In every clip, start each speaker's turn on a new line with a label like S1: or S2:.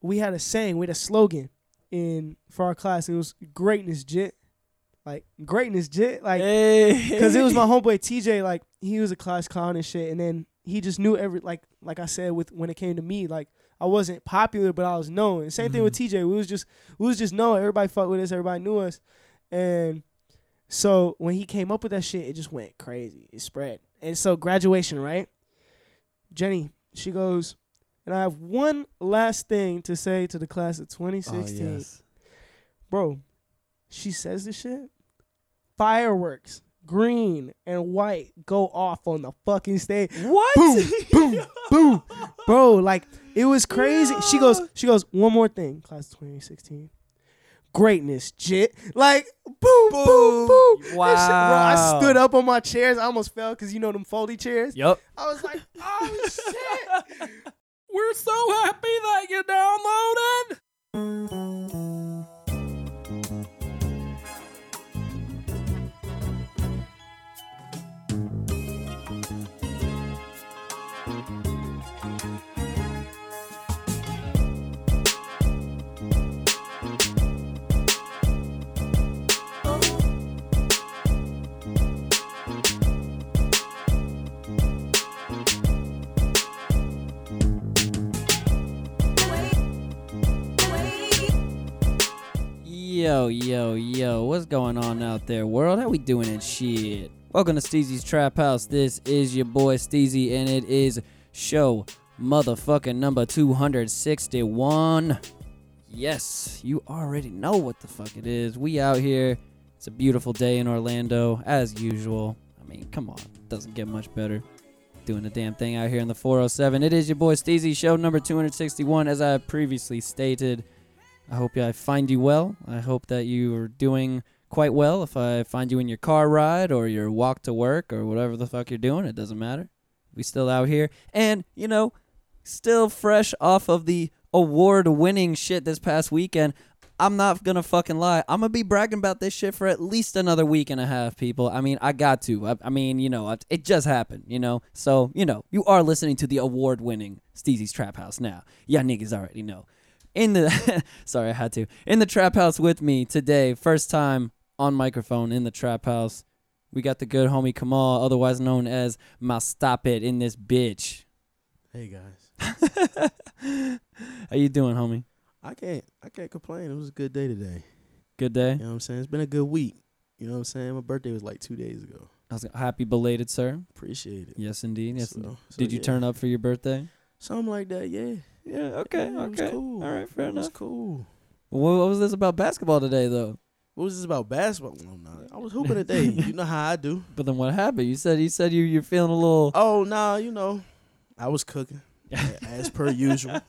S1: we had a saying, we had a slogan in for our class. It was greatness, jit. Like greatness, jit. Like because it was my homeboy TJ. Like he was a class clown and shit, and then he just knew every like like I said with when it came to me like. I wasn't popular, but I was known. Same thing with TJ. We was just we was just known. Everybody fucked with us. Everybody knew us, and so when he came up with that shit, it just went crazy. It spread. And so graduation, right? Jenny, she goes, and I have one last thing to say to the class of
S2: Oh,
S1: 2016. Bro, she says this shit. Fireworks, green and white, go off on the fucking stage.
S2: What?
S1: Boom, boom, boom. Bro, like it was crazy. She goes, she goes, one more thing, class of 2016. Greatness, jit. Like, boom, boom, boom.
S2: Boom.
S1: That shit- bro, I
S2: Wow.
S1: stood up on my chairs. I almost fell because you know them foldy chairs.
S2: Yep.
S1: I was like, oh shit.
S2: We're so happy that you downloaded. Yo, yo, yo, what's going on out there, world? How we doing and shit? Welcome to Steezy's Trap House. This is your boy Steezy, and it is show motherfucking number 261. Yes, you already know what the fuck it is. We out here. It's a beautiful day in Orlando, as usual. I mean, come on, doesn't get much better. Doing the damn thing out here in the 407. It is your boy Steezy, show number 261, as I previously stated. I hope I find you well. I hope that you are doing quite well. If I find you in your car ride or your walk to work or whatever the fuck you're doing, it doesn't matter. We still out here and, you know, still fresh off of the award winning shit this past weekend. I'm not gonna fucking lie. I'm gonna be bragging about this shit for at least another week and a half, people. I mean, I got to. I, I mean, you know, I, it just happened, you know. So, you know, you are listening to the award-winning Steezy's Trap House now. Y'all niggas already know in the sorry i had to in the trap house with me today first time on microphone in the trap house we got the good homie kamal otherwise known as my stop it in this bitch
S3: Hey guys,
S2: how you doing homie
S3: I can't I can't complain. It was a good day today.
S2: good day
S3: You know what I'm saying? It's been a good week. You know what I'm saying? My birthday was like two days ago.
S2: i was happy belated sir
S3: Appreciate it.
S2: yes indeed yes
S3: So-
S2: indeed.
S3: so
S2: did you
S3: yeah.
S2: turn up for your birthday
S3: something like that? Yeah.
S2: yeah okay
S3: Yeah, it was cool.
S2: fair
S3: It was cool.
S2: what, what was this about basketball today though
S3: What was this about basketball? No, I'm not. I was hooping today. you know how I do.
S2: but then what happened you said you said you you're feeling a little
S3: Oh no, you know, I was cooking a- as per usual.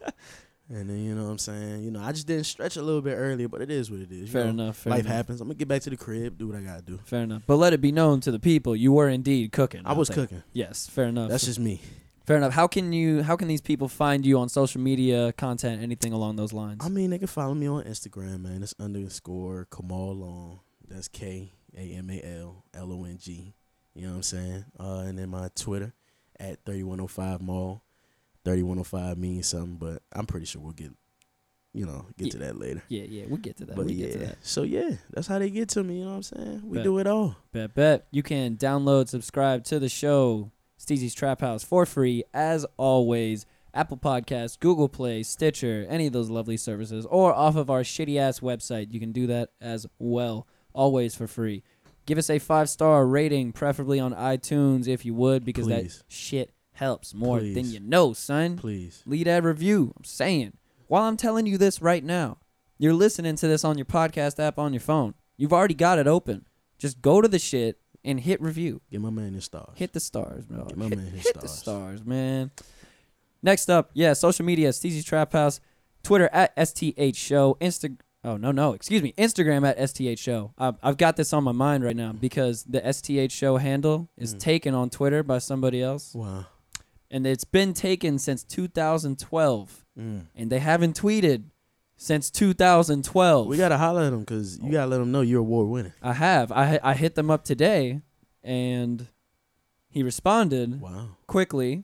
S3: And then you know what I'm saying. You know, I just didn't stretch a little bit earlier, but it is what it is. you
S2: fair
S3: know,
S2: enough fair
S3: Life
S2: enough.
S3: happens. I'm gonna get back to the crib, do what I gotta do.
S2: fair enough but let it be known to the people you were indeed cooking
S3: I
S2: out
S3: was
S2: there.
S3: cooking.
S2: yes fair enough
S3: That's just me.
S2: Fair enough. How can you? How can these people find you on social media, content, anything along those lines?
S3: I mean, they can follow me on Instagram, man. It's underscore Kamal Long. That's K A M A L L O N G. You know what I'm saying? Uh, and then my Twitter at 3105 Mall. 3105 means something, but I'm pretty sure we'll get, you know, get to that later.
S2: yeah, yeah, we'll get to that.
S3: But
S2: we
S3: yeah,
S2: get to that.
S3: so yeah, that's how they get to me. You know what I'm saying? We
S2: Bet.
S3: do it all.
S2: Bet, bet. You can download, subscribe to the show, Steezy's Trap House, for free, as always. Apple Podcasts, Google Play, Stitcher, any of those lovely services, or off of our shitty ass website. You can do that as well, always for free. Give us a five star rating, preferably on iTunes if you would, because
S3: Please.
S2: that shit helps more than
S3: Please.
S2: you know, son.
S3: Please.
S2: lead ad review. I'm saying. While I'm telling you this right now, you're listening to this on your podcast app on your phone. You've already got it open. Just go to the shit and hit review.
S3: Get my man his stars.
S2: Hit the stars, bro.
S3: Get my
S2: hit
S3: man his
S2: hit the
S3: stars.
S2: stars, man. Next up, yeah, social media, Steezy Trap House, Twitter at STH Show, Insta. Oh no, no, excuse me, Instagram at STH Show. I've, I've got this on my mind right now because the STH Show handle
S3: Hmm.
S2: is taken on Twitter by somebody else,
S3: Wow.
S2: and it's been taken since 2012
S3: Mm.
S2: and they haven't tweeted since 2012.
S3: We got to holler at him because you got to let him know you're award winning.
S2: I have. I I hit them up today, and he responded
S3: Wow.
S2: quickly.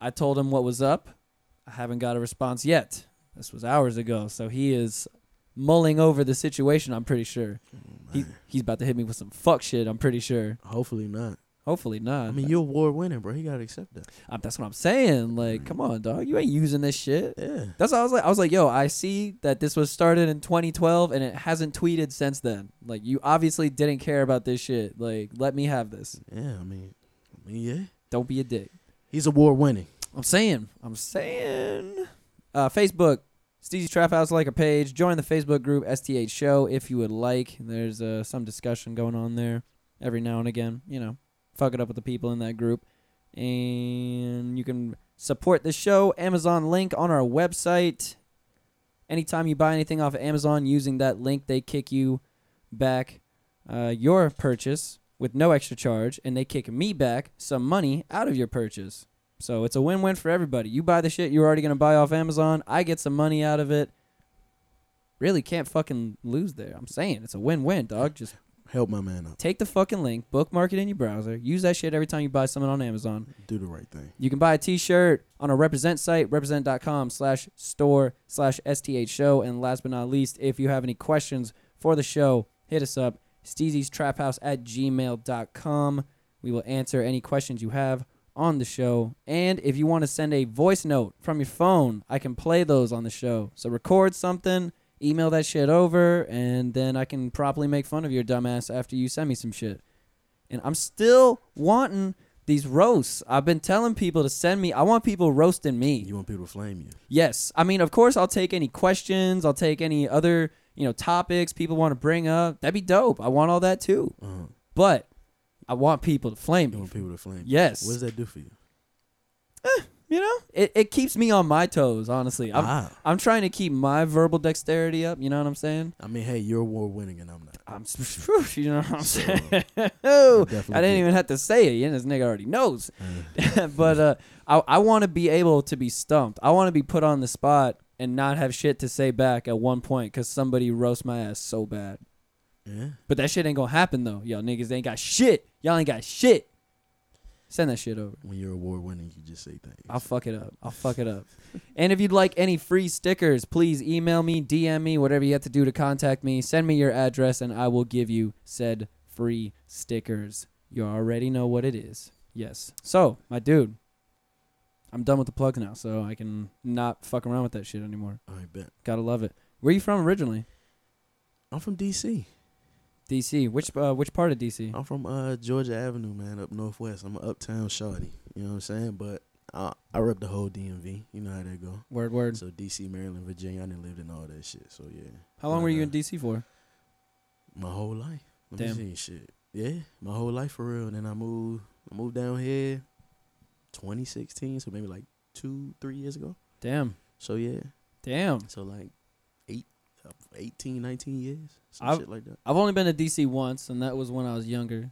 S2: I told him what was up. I haven't got a response yet. This was hours ago, so he is mulling over the situation. I'm pretty sure
S3: Mm,
S2: he he's about to hit me with some fuck shit. I'm pretty sure.
S3: Hopefully not.
S2: Hopefully not.
S3: I mean,
S2: but-
S3: you're award winning, bro. You gotta accept that.
S2: Uh, that's what I'm saying.
S3: Mm.
S2: Like, come on, dog. You ain't using this shit.
S3: Yeah.
S2: That's what I was like. I was like, yo, I see that this was started in 2012 and it hasn't tweeted since then. Like, you obviously didn't care about this shit. Like, let me have this.
S3: Yeah. I mean, I mean, yeah.
S2: Don't be a dick.
S3: He's award winning.
S2: I'm saying. I'm saying. Uh, Facebook. Steezy Trap House like a page. Join the Facebook group STH Show if you would like. There's uh, some discussion going on there every now and again. You know, fuck it up with the people in that group, and you can support the show. Amazon link on our website. Anytime you buy anything off of Amazon using that link, they kick you back uh, your purchase with no extra charge, and they kick me back some money out of your purchase. So it's a win-win for everybody. You buy the shit you're already gonna buy off Amazon. I get some money out of it. Really can't fucking lose there. I'm saying it's a win-win, dog. Just
S3: Help my man out.
S2: take the fucking link, bookmark it in your browser, use that shit every time you buy something on Amazon.
S3: Do the right thing.
S2: You can buy a t-shirt on our represent site, represent.com slash store slash STH show. And last but not least, if you have any questions for the show, hit us up, Steezy's Trap House at gmail.com. We will answer any questions you have on the show. And if you want to send a voice note from your phone, I can play those on the show. So record something, email that shit over, and then I can properly make fun of your dumbass after you send me some shit. And I'm still wanting these roasts. I've been telling people to send me. I want people roasting me.
S3: You want people to flame you.
S2: Yes. I mean, of course, I'll take any questions. I'll take any other, you know, topics people want to bring up. That'd be dope. I want all that too.
S3: Uh-huh.
S2: But I want people to flame
S3: You
S2: me.
S3: want people to flame you.
S2: Yes.
S3: What does that do for you?
S2: you know, it, it keeps me on my toes, honestly. I'm,
S3: ah.
S2: I'm trying to keep my verbal dexterity up. You know what I'm saying?
S3: I mean, hey, you're award winning and I'm not.
S2: I'm, you know what I'm
S3: So,
S2: saying?
S3: you
S2: I
S3: definitely
S2: didn't
S3: get-
S2: even have to say it. You know, this nigga already knows.
S3: Uh,
S2: but uh, I, I want to be able to be stumped. I want to be put on the spot and not have shit to say back at one point because somebody roast my ass so bad.
S3: yeah.
S2: But that shit ain't gonna happen though. Y'all niggas ain't got shit. Y'all ain't got shit. Send that shit over.
S3: When you're award winning, you just say things.
S2: I'll fuck it up. I'll fuck it up. and if you'd like any free stickers, please email me, DM me, whatever you have to do to contact me. Send me your address and I will give you said free stickers. You already know what it is. Yes. So, my dude, I'm done with the plugs now, so I can not fuck around with that shit anymore.
S3: All right, bet.
S2: Gotta love it. Where you from originally?
S3: I'm from D.C.
S2: DC. Which uh, which part of DC?
S3: I'm from uh, Georgia Avenue, man, up northwest. I'm an uptown shawty. You know what I'm saying? But I, I rep the whole DMV. You know how that go.
S2: Word word.
S3: So D.C., Maryland, Virginia, I done lived in all that shit. So yeah,
S2: How long were you in
S3: uh,
S2: DC for?
S3: my whole life. Let me
S2: Damn.
S3: see, shit. Yeah, my whole life for real. And then I moved. I moved down here, 2016. So maybe like two, three years ago.
S2: Damn.
S3: So yeah.
S2: Damn.
S3: So like eight, uh, 18, 19 years. Some
S2: I've-
S3: shit like that.
S2: I've only been to DC once, and that was when I was younger.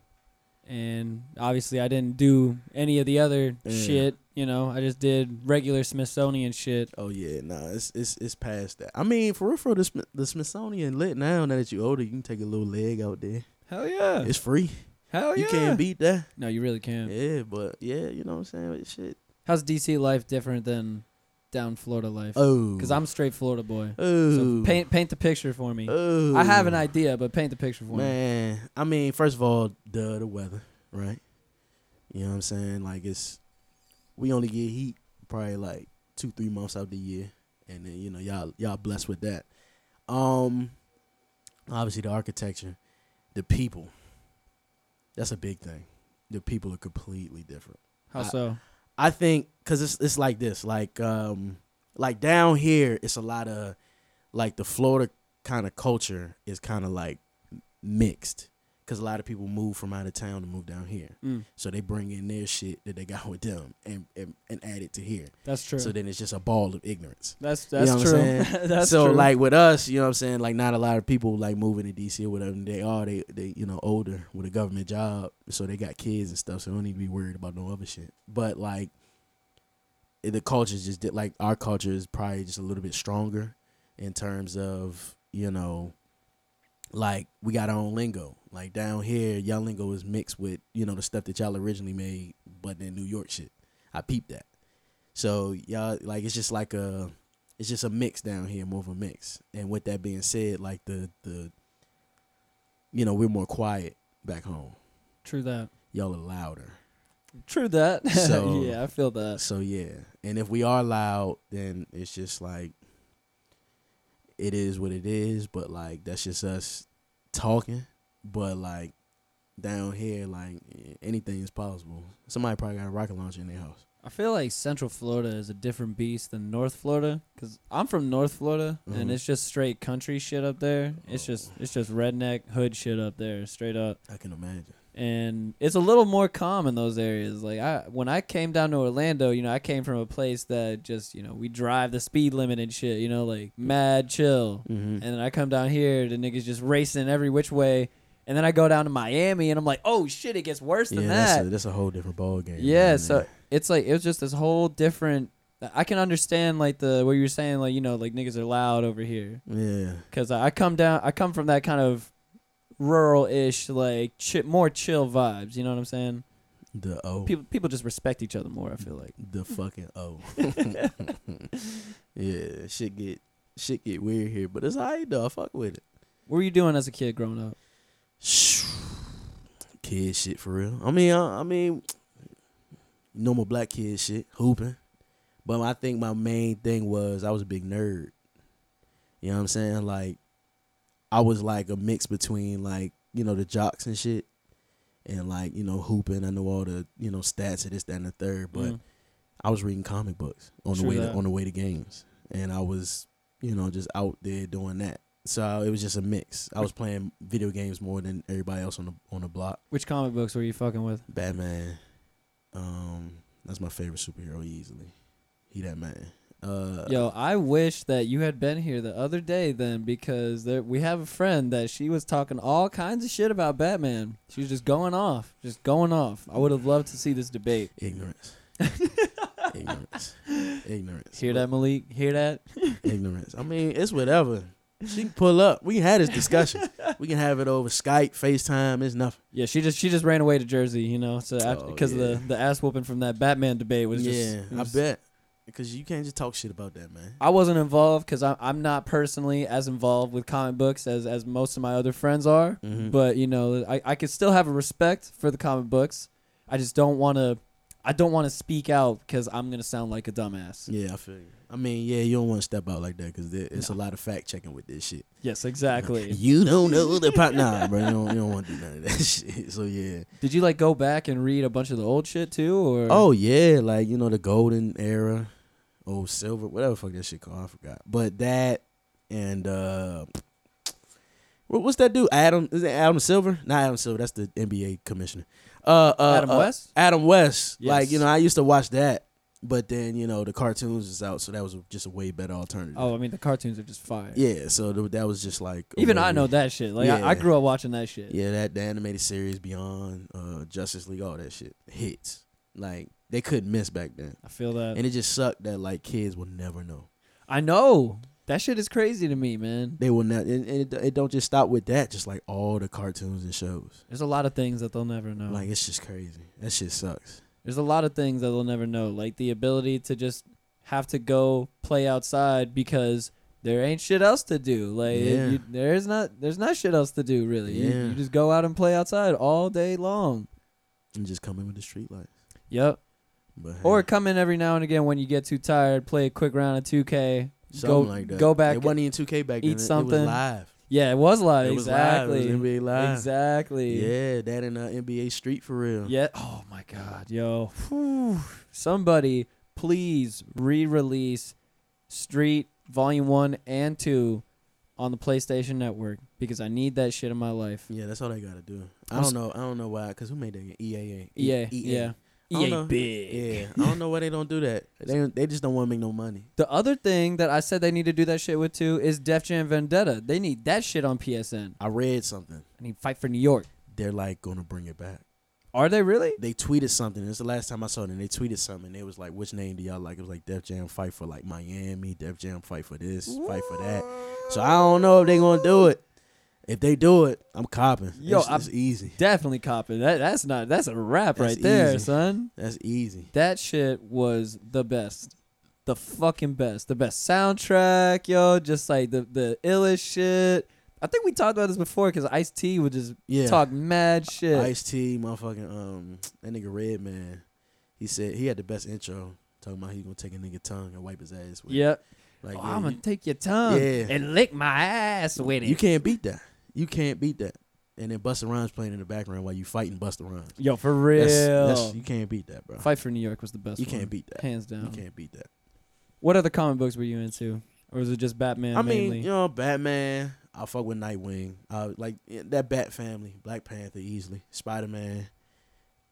S2: And obviously, I didn't do any of the other
S3: Yeah.
S2: shit. You know, I just did regular Smithsonian shit.
S3: Oh yeah, nah, it's it's it's past that. I mean, for real, for real, the, Smith- the Smithsonian lit now. Now that you older, you can take a little leg out there.
S2: Hell yeah!
S3: It's free.
S2: Hell Oh, yeah!
S3: You can't beat that.
S2: No, you really can't.
S3: Yeah, but yeah, you know what I'm saying. It's shit.
S2: How's DC life different than down Florida life?
S3: Oh,
S2: Because I'm straight Florida boy.
S3: oh
S2: So paint paint the picture for me.
S3: oh.
S2: I have an idea, but paint the picture for me.
S3: Man, I mean, first of all, duh, the weather, right? You know what I'm saying? Like it's we only get heat probably like two, three months out of the year, and then you know y'all y'all blessed with that. Um, obviously the architecture, the people. That's a big thing. The people are completely different.
S2: How
S3: I-
S2: so?
S3: I think because it's it's like this, like um, like down here, it's a lot of like the Florida kind of culture is kind of like mixed because a lot of people move from out of town to move down here,
S2: Mm,
S3: so they bring in their shit that they got with them and and, and add it to here.
S2: that's true.
S3: So then it's just a ball of ignorance.
S2: that's
S3: You
S2: that's
S3: know what
S2: true.
S3: I'm
S2: that's
S3: so
S2: true.
S3: like with us, you know what I'm saying? Like not a lot of people like moving to DC or whatever. They are they they you know older with a government job, so they got kids and stuff. So they don't need to be worried about no other shit. But like eh, the culture is just di- like our culture is probably just a little bit stronger in terms of you know like we got our own lingo. Like down here, y'all lingo is mixed with you know the stuff that y'all originally made, but then New York shit. I peeped that. So y'all like it's just like a it's just a mix down here, more of a mix. And with that being said, like the the you know, we're more quiet back home.
S2: True that.
S3: Y'all are louder.
S2: True that.
S3: So-
S2: yeah, I feel that.
S3: So yeah. And if we are loud, then it's just like it is what it is, but like that's just us talking. But like down here, like anything is possible. Somebody probably got a rocket launcher in their house.
S2: I feel like Central Florida is a different beast than North Florida because I'm from North Florida and
S3: Mhm.
S2: it's just straight country shit up there. It's
S3: Oh.
S2: just it's just redneck hood shit up there, straight up.
S3: I can imagine.
S2: and it's a little more calm in those areas. Like I, when I came down to Orlando, you know, I came from a place that just, you know, we drive the speed limit and shit, you know, like mad chill.
S3: Mm-hmm.
S2: And then I come down here, the niggas just racing every which way. And then I go down to Miami, and I'm like, oh shit, it gets worse
S3: Yeah,
S2: than
S3: that's
S2: that.
S3: a, that's a whole different ball game.
S2: Yeah, so it's like it was just this whole different. I can understand like the what you were saying, like you know, like niggas are loud over here.
S3: yeah,
S2: Cause I I come down, I come from that kind of rural-ish, like chi- more chill vibes. You know what I'm saying?
S3: the O,
S2: People people just respect each other more. I feel like.
S3: the fucking O. yeah, shit get shit get weird here, but it's alright though. I fuck with it.
S2: What were you doing as a kid growing up?
S3: Kid shit for real. I mean, I, I mean, normal black kid shit, hooping. But I think my main thing was I was a big nerd. You know what I'm saying? Like, I was like a mix between like you know the jocks and shit, and like you know hooping. I know all the you know stats of this, that, and the third. But
S2: Mm.
S3: I was reading comic books on the
S2: True
S3: way to,
S2: that.
S3: on the way to games, and I was you know just out there doing that. So it was just a mix. I was playing video games more than everybody else on the on the block.
S2: which comic books were you fucking with?
S3: Batman, um, that's my favorite superhero easily. He that man. Uh,
S2: Yo, I wish that you had been here the other day then, because there, we have a friend that she was talking all kinds of shit about Batman. She was just going off, just going off. I would have loved to see this debate.
S3: ignorance, ignorance, ignorance.
S2: Hear
S3: But-
S2: that, Malik? Hear that?
S3: ignorance. I mean, it's whatever. She can pull up. We can have this discussion. we can have it over Skype, FaceTime. It's nothing.
S2: Yeah, she just she just ran away to Jersey, you know, so
S3: Oh,
S2: because
S3: yeah.
S2: the the ass whooping from that Batman debate was just
S3: yeah,
S2: it was-
S3: I bet. Because you can't just talk shit about that, man.
S2: I wasn't involved because I'm I'm not personally as involved with comic books as as most of my other friends are,
S3: Mhm.
S2: but you know I I could still have a respect for the comic books. I just don't want to I don't want to speak out because I'm gonna sound like a dumbass.
S3: Yeah, I feel you. I mean, yeah, you don't want to step out like that because it's a lot of fact checking with this shit.
S2: Yes, exactly.
S3: You don't know the pop. Nah, bro, you don't, you don't want to do none of that shit. So yeah.
S2: Did you like go back and read a bunch of the old shit too, or
S3: Oh yeah, like you know the golden era, oh silver, whatever the fuck that shit called. I forgot. But that and uh, what, what's that dude? Adam is it Adam Silver? Not Adam Silver. That's the NBA commissioner. Uh, uh
S2: Adam
S3: uh,
S2: West?
S3: Adam West.
S2: Yes.
S3: Like you know, I used to watch that, but then you know the cartoons is out, so that was just a way better alternative.
S2: Oh, I mean the cartoons are just fire.
S3: yeah. So th- that was just like a
S2: Even
S3: way-
S2: I know that shit. Like I, I
S3: Yeah.
S2: grew up watching that shit.
S3: Yeah, that the animated series Beyond, uh, Justice League, all that shit hits. Like they couldn't miss back then.
S2: I feel that.
S3: And it just sucked that like kids will never know.
S2: I know that shit is crazy to me, man.
S3: They will not, and, and it, it don't just stop with that. Just like all the cartoons and shows,
S2: There's a lot of things that they'll never know.
S3: like it's just crazy. That shit sucks.
S2: There's a lot of things that they'll never know, like the ability to just have to go play outside because there ain't shit else to do. Like
S3: Yeah.
S2: you, there's not there's not shit else to do really. You- You,
S3: Yeah.
S2: just go out and play outside all day long.
S3: And just coming with the street lights.
S2: Yep.
S3: But hey,
S2: Or come in every now and again when you get too tired, play a quick round of 2K. go
S3: something like that.
S2: go back.
S3: It wasn't even 2K back then.
S2: eat
S3: It- It
S2: something.
S3: was live.
S2: yeah, it was live.
S3: It was
S2: exactly.
S3: live. It was NBA live.
S2: Exactly.
S3: Yeah, that in uh, NBA Street for real.
S2: Yeah. Oh my God, yo. Whew. Somebody, please re-release Street Volume One and Two on the PlayStation Network because I need that shit in my life.
S3: Yeah, that's all they gotta do. I
S2: I'm
S3: don't know. I don't know why. Cause who made that? game? E EA.
S2: EA. Yeah. E
S3: I don't know. Yeah. I don't know why they don't do that. They they just don't want to make no money.
S2: The other thing that I said they need to do that shit with too is Def Jam Vendetta. They need that shit on PSN.
S3: I read something.
S2: I need Fight for New York.
S3: They're like gonna bring it back.
S2: Are they really?
S3: they tweeted something. It's the last time I saw it. And they tweeted something. And it was like, which name do y'all like? It was like Def Jam fight for like Miami. Def Jam fight for this. Fight for that. So I don't know if they gonna do it. If they do it, I'm copping.
S2: Yo,
S3: it's,
S2: I'm-
S3: it's easy.
S2: Definitely copying that. That's not. That's a wrap
S3: That's
S2: right there,
S3: easy.
S2: son.
S3: That's easy.
S2: That shit was the best. the fucking best. The best soundtrack, yo. Just like the the illest shit. I think we talked about this before because Ice T would just
S3: Yeah.
S2: talk mad shit.
S3: Ice T, motherfucking um, that nigga Red Man. He said he had the best intro. Talking about he gonna take a nigga tongue and wipe his ass with. it.
S2: Yep.
S3: Like
S2: Oh,
S3: yeah,
S2: I'm
S3: you,
S2: gonna take your tongue
S3: Yeah.
S2: and lick my ass with it.
S3: you can't beat that. You can't beat that. And then Busta Rhymes playing in the background while you fighting Busta Rhymes.
S2: yo, for real.
S3: That's, that's, you can't beat that, bro.
S2: Fight for New York was the best.
S3: You
S2: one,
S3: can't beat that.
S2: hands down.
S3: You can't beat that.
S2: What other comic books were you into, or was it just Batman?
S3: I
S2: mainly?
S3: mean, you know, Batman. I fuck with Nightwing. I like yeah, that Bat family, Black Panther easily, Spider Man.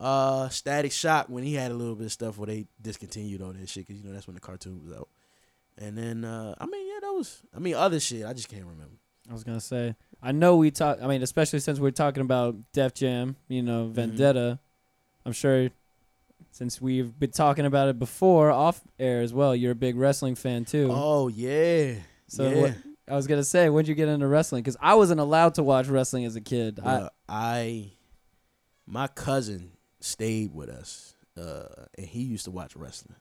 S3: Uh, Static Shock when he had a little bit of stuff where they discontinued all that shit because you know that's when the cartoon was out. And then uh, I mean, yeah, that was. I mean, other shit I just can't remember.
S2: I was gonna say. I know we talk. I mean, especially since we're talking about Def Jam, you know,
S3: Mm-hmm.
S2: Vendetta. I'm sure since we've been talking about it before off air as well. You're a big wrestling fan too.
S3: Oh yeah,
S2: so
S3: yeah.
S2: what, I was gonna say, when'd you get into wrestling? Because I wasn't allowed to watch wrestling as a kid. I,
S3: Bruh, I my cousin stayed with us, uh, and he used to watch wrestling.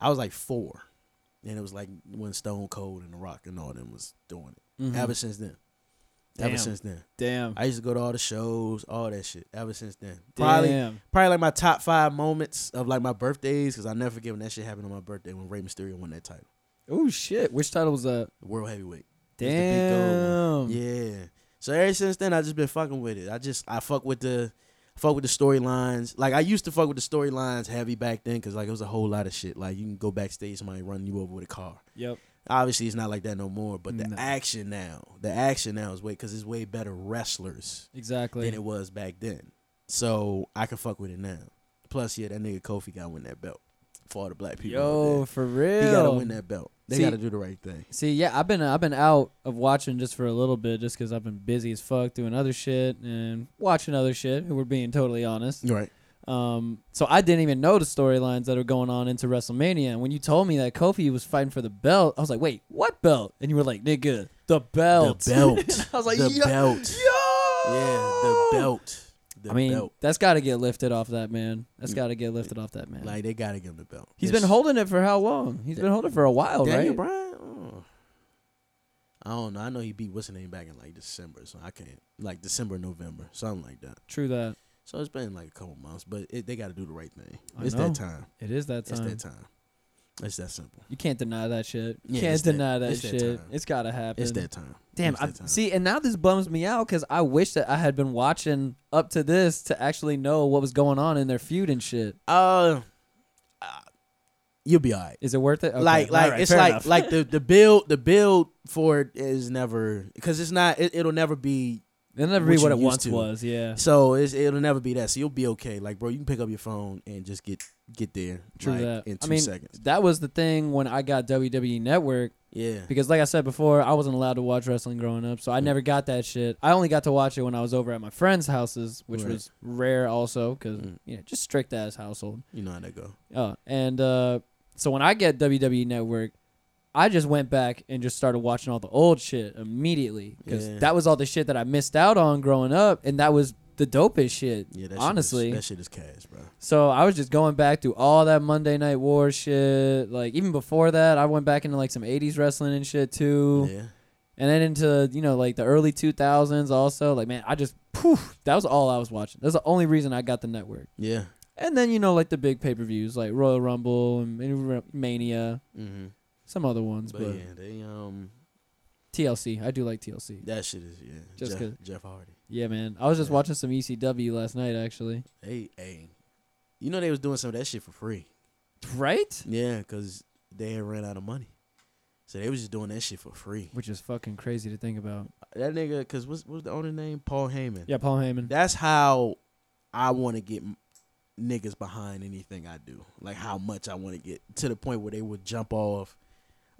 S3: I was like four, and it was like when Stone Cold and The Rock and all them was doing it.
S2: mhm.
S3: Ever since then, ever
S2: Damn.
S3: since then,
S2: damn.
S3: I used to go to all the shows, all that shit. Ever since then, probably
S2: Damn.
S3: probably like my top five moments of like my birthdays because I never forget when that shit happened on my birthday when Rey Mysterio won that title,
S2: Oh shit! Which title was that?
S3: the World Heavyweight. It's the big gold
S2: Damn.
S3: Yeah. So ever since then, I just been fucking with it. I just I fuck with the fuck with the storylines. Like I used to fuck with the storylines heavy back then because like it was a whole lot of shit. Like you can go backstage, somebody running you over with a car.
S2: Yep.
S3: Obviously, it's not like that no more. But the
S2: No.
S3: action now, the action now is way because it's way better wrestlers
S2: Exactly.
S3: than it was back then. So I can fuck with it now. Plus, yeah, that nigga Kofi got to win that belt for all the black people.
S2: Yo,
S3: out
S2: for real.
S3: there. he got to win that belt. They
S2: See-
S3: got to do the right thing.
S2: See, yeah, I've been I've been out of watching just for a little bit, just because I've been busy as fuck doing other shit and watching other shit. If we're being totally honest,
S3: Right.
S2: um, so I didn't even know the storylines that are going on into WrestleMania. And when you told me that Kofi was fighting for the belt, I was like, wait, what belt? And you were like, nigga, the belt.
S3: The belt.
S2: And I was like,
S3: the
S2: yo,
S3: belt.
S2: yo.
S3: Yeah, the belt. The
S2: I mean,
S3: belt.
S2: that's got to get lifted off that man. That's
S3: Mm.
S2: got to get lifted off that man.
S3: Like they gotta give him the belt.
S2: He's
S3: He's
S2: been holding it for how long? He's been holding it for a while,
S3: Daniel
S2: right?
S3: Bryan. Oh. I don't know. I know he beat what's his name back in like December, so I can't like December, November, something like that.
S2: True that.
S3: So it's been like a couple months, but it, they got to do the right thing.
S2: I
S3: it's
S2: know.
S3: that time.
S2: It is that
S3: It's
S2: time.
S3: that time. It's that simple.
S2: You can't deny that shit. You
S3: Yeah,
S2: can't
S3: it's that-
S2: deny that,
S3: it's that
S2: shit.
S3: time.
S2: it's gotta happen.
S3: It's that time.
S2: Damn.
S3: It's
S2: I,
S3: that time.
S2: see, and now this bums me out because I wish that I had been watching up to this to actually know what was going on in their feud and shit.
S3: uh, uh, you'll be all right.
S2: Is it worth it? Okay,
S3: like like
S2: alright,
S3: it's
S2: fair
S3: like
S2: enough.
S3: like the the build the build for it is never because it's not it, it'll never be
S2: It'll never
S3: what
S2: be what
S3: you
S2: it
S3: used
S2: once
S3: to.
S2: was. Yeah.
S3: So it's, it'll never be that. So you'll be okay. Like, bro, you can pick up your phone and just get get there
S2: True
S3: like,
S2: that.
S3: in
S2: I
S3: two
S2: mean,
S3: seconds.
S2: That was the thing when I got WWE Network
S3: Yeah.
S2: because, like I said before, I wasn't allowed to watch wrestling growing up, so I never got that shit. I only got to watch it when I was over at my friends' houses, which
S3: Right.
S2: was rare, also because
S3: Mm.
S2: you know just strict ass household.
S3: You know how that go.
S2: Oh, and uh, so when I get WWE Network, I just went back and just started watching all the old shit immediately because
S3: Yeah.
S2: that was all the shit that I missed out on growing up, and that was the dopest shit.
S3: Yeah, that
S2: honestly.
S3: Shit is, that shit is cash, bro.
S2: so I was just going back through all that Monday Night War shit. Like even before that, I went back into like some '80s wrestling and shit too,
S3: Yeah.
S2: and then into you know like the early 2000s also. Like man, I just poof, that was all I was watching. That's the only reason I got the network.
S3: Yeah.
S2: And then you know like the big pay per views like Royal Rumble and- and Mania
S3: Mm-hmm.
S2: some other ones,
S3: But,
S2: but,
S3: yeah, they um
S2: TLC. I do like TLC.
S3: that shit is yeah.
S2: Just
S3: Jeff,
S2: 'cause-
S3: Jeff Hardy.
S2: Yeah, man. I was just
S3: Yeah.
S2: watching some ECW last night, actually.
S3: Hey, hey. You know they was doing some of that shit for free.
S2: Right?
S3: Yeah, cause they had ran out of money. So they was just doing that shit for free.
S2: Which is fucking crazy to think about.
S3: That nigga, cause what's what's the owner's name? Paul Heyman.
S2: Yeah, Paul Heyman.
S3: That's how I want to get m- niggas behind anything I do. Like how much I want to get to the point where they would jump off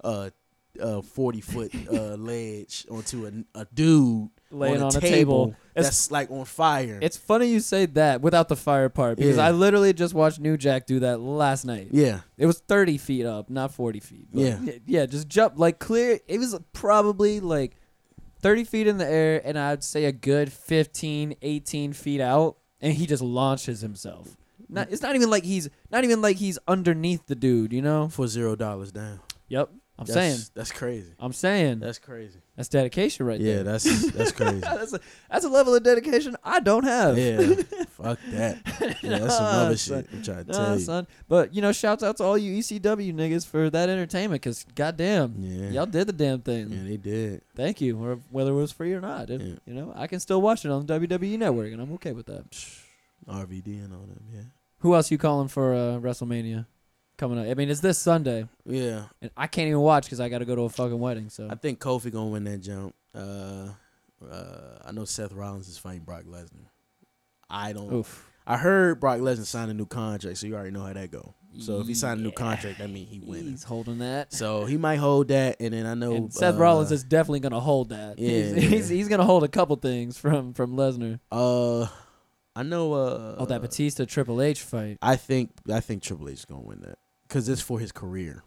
S3: a a forty foot uh, ledge onto a, a dude
S2: Laying
S3: on a, table,
S2: It's-
S3: that's like on fire.
S2: It's funny you say that without the fire part because
S3: Yeah.
S2: I literally just watched New Jack do that last night.
S3: yeah,
S2: It was 30 feet up, not 40 feet. but
S3: Yeah.
S2: y- Yeah, just jump like clear. It was probably like 30 feet in the air and I'd say a good 15, 18 feet out. And he just launches himself. Not, it's not even like he's not even like he's underneath the dude, you know.
S3: for zero dollars down.
S2: Yep, I'm
S3: that's,
S2: saying,
S3: that's crazy.
S2: I'm saying
S3: That's crazy.
S2: that's dedication right
S3: yeah,
S2: there.
S3: that's that's crazy.
S2: that's a, that's a level of dedication I don't have.
S3: yeah, fuck that. Yeah, that's some
S2: Nah,
S3: other
S2: son.
S3: shit. I'm trying to
S2: Nah,
S3: tell you.
S2: son. But you know, shouts out to all you ECW niggas for that entertainment, cause goddamn,
S3: Yeah,
S2: y'all did the damn thing.
S3: yeah, they did.
S2: Thank you, or whether it was free or not. It-
S3: Yeah.
S2: You know, I can still watch it on WWE Network, and I'm okay with that.
S3: RVD and all them. Yeah,
S2: Who else you calling for uh, WrestleMania coming up? I mean, it's this Sunday,
S3: yeah.
S2: and I can't even watch because I got to go to a fucking wedding. So
S3: I think Kofi gonna win that jump. Uh, uh, I know Seth Rollins is fighting Brock Lesnar. I don't.
S2: Oof.
S3: I heard Brock Lesnar signed a new contract, so you already know how that go. So if he signed a new
S2: Yeah.
S3: contract, that means he winning.
S2: He's holding that.
S3: So he might hold that, and then I know
S2: and Seth
S3: uh,
S2: Rollins is definitely gonna hold that.
S3: yeah,
S2: he's,
S3: yeah.
S2: he's he's gonna hold a couple things from from Lesnar.
S3: Uh, I know. Uh,
S2: oh, that Batista Triple H fight.
S3: I think I think Triple H is gonna win that because it's for his career,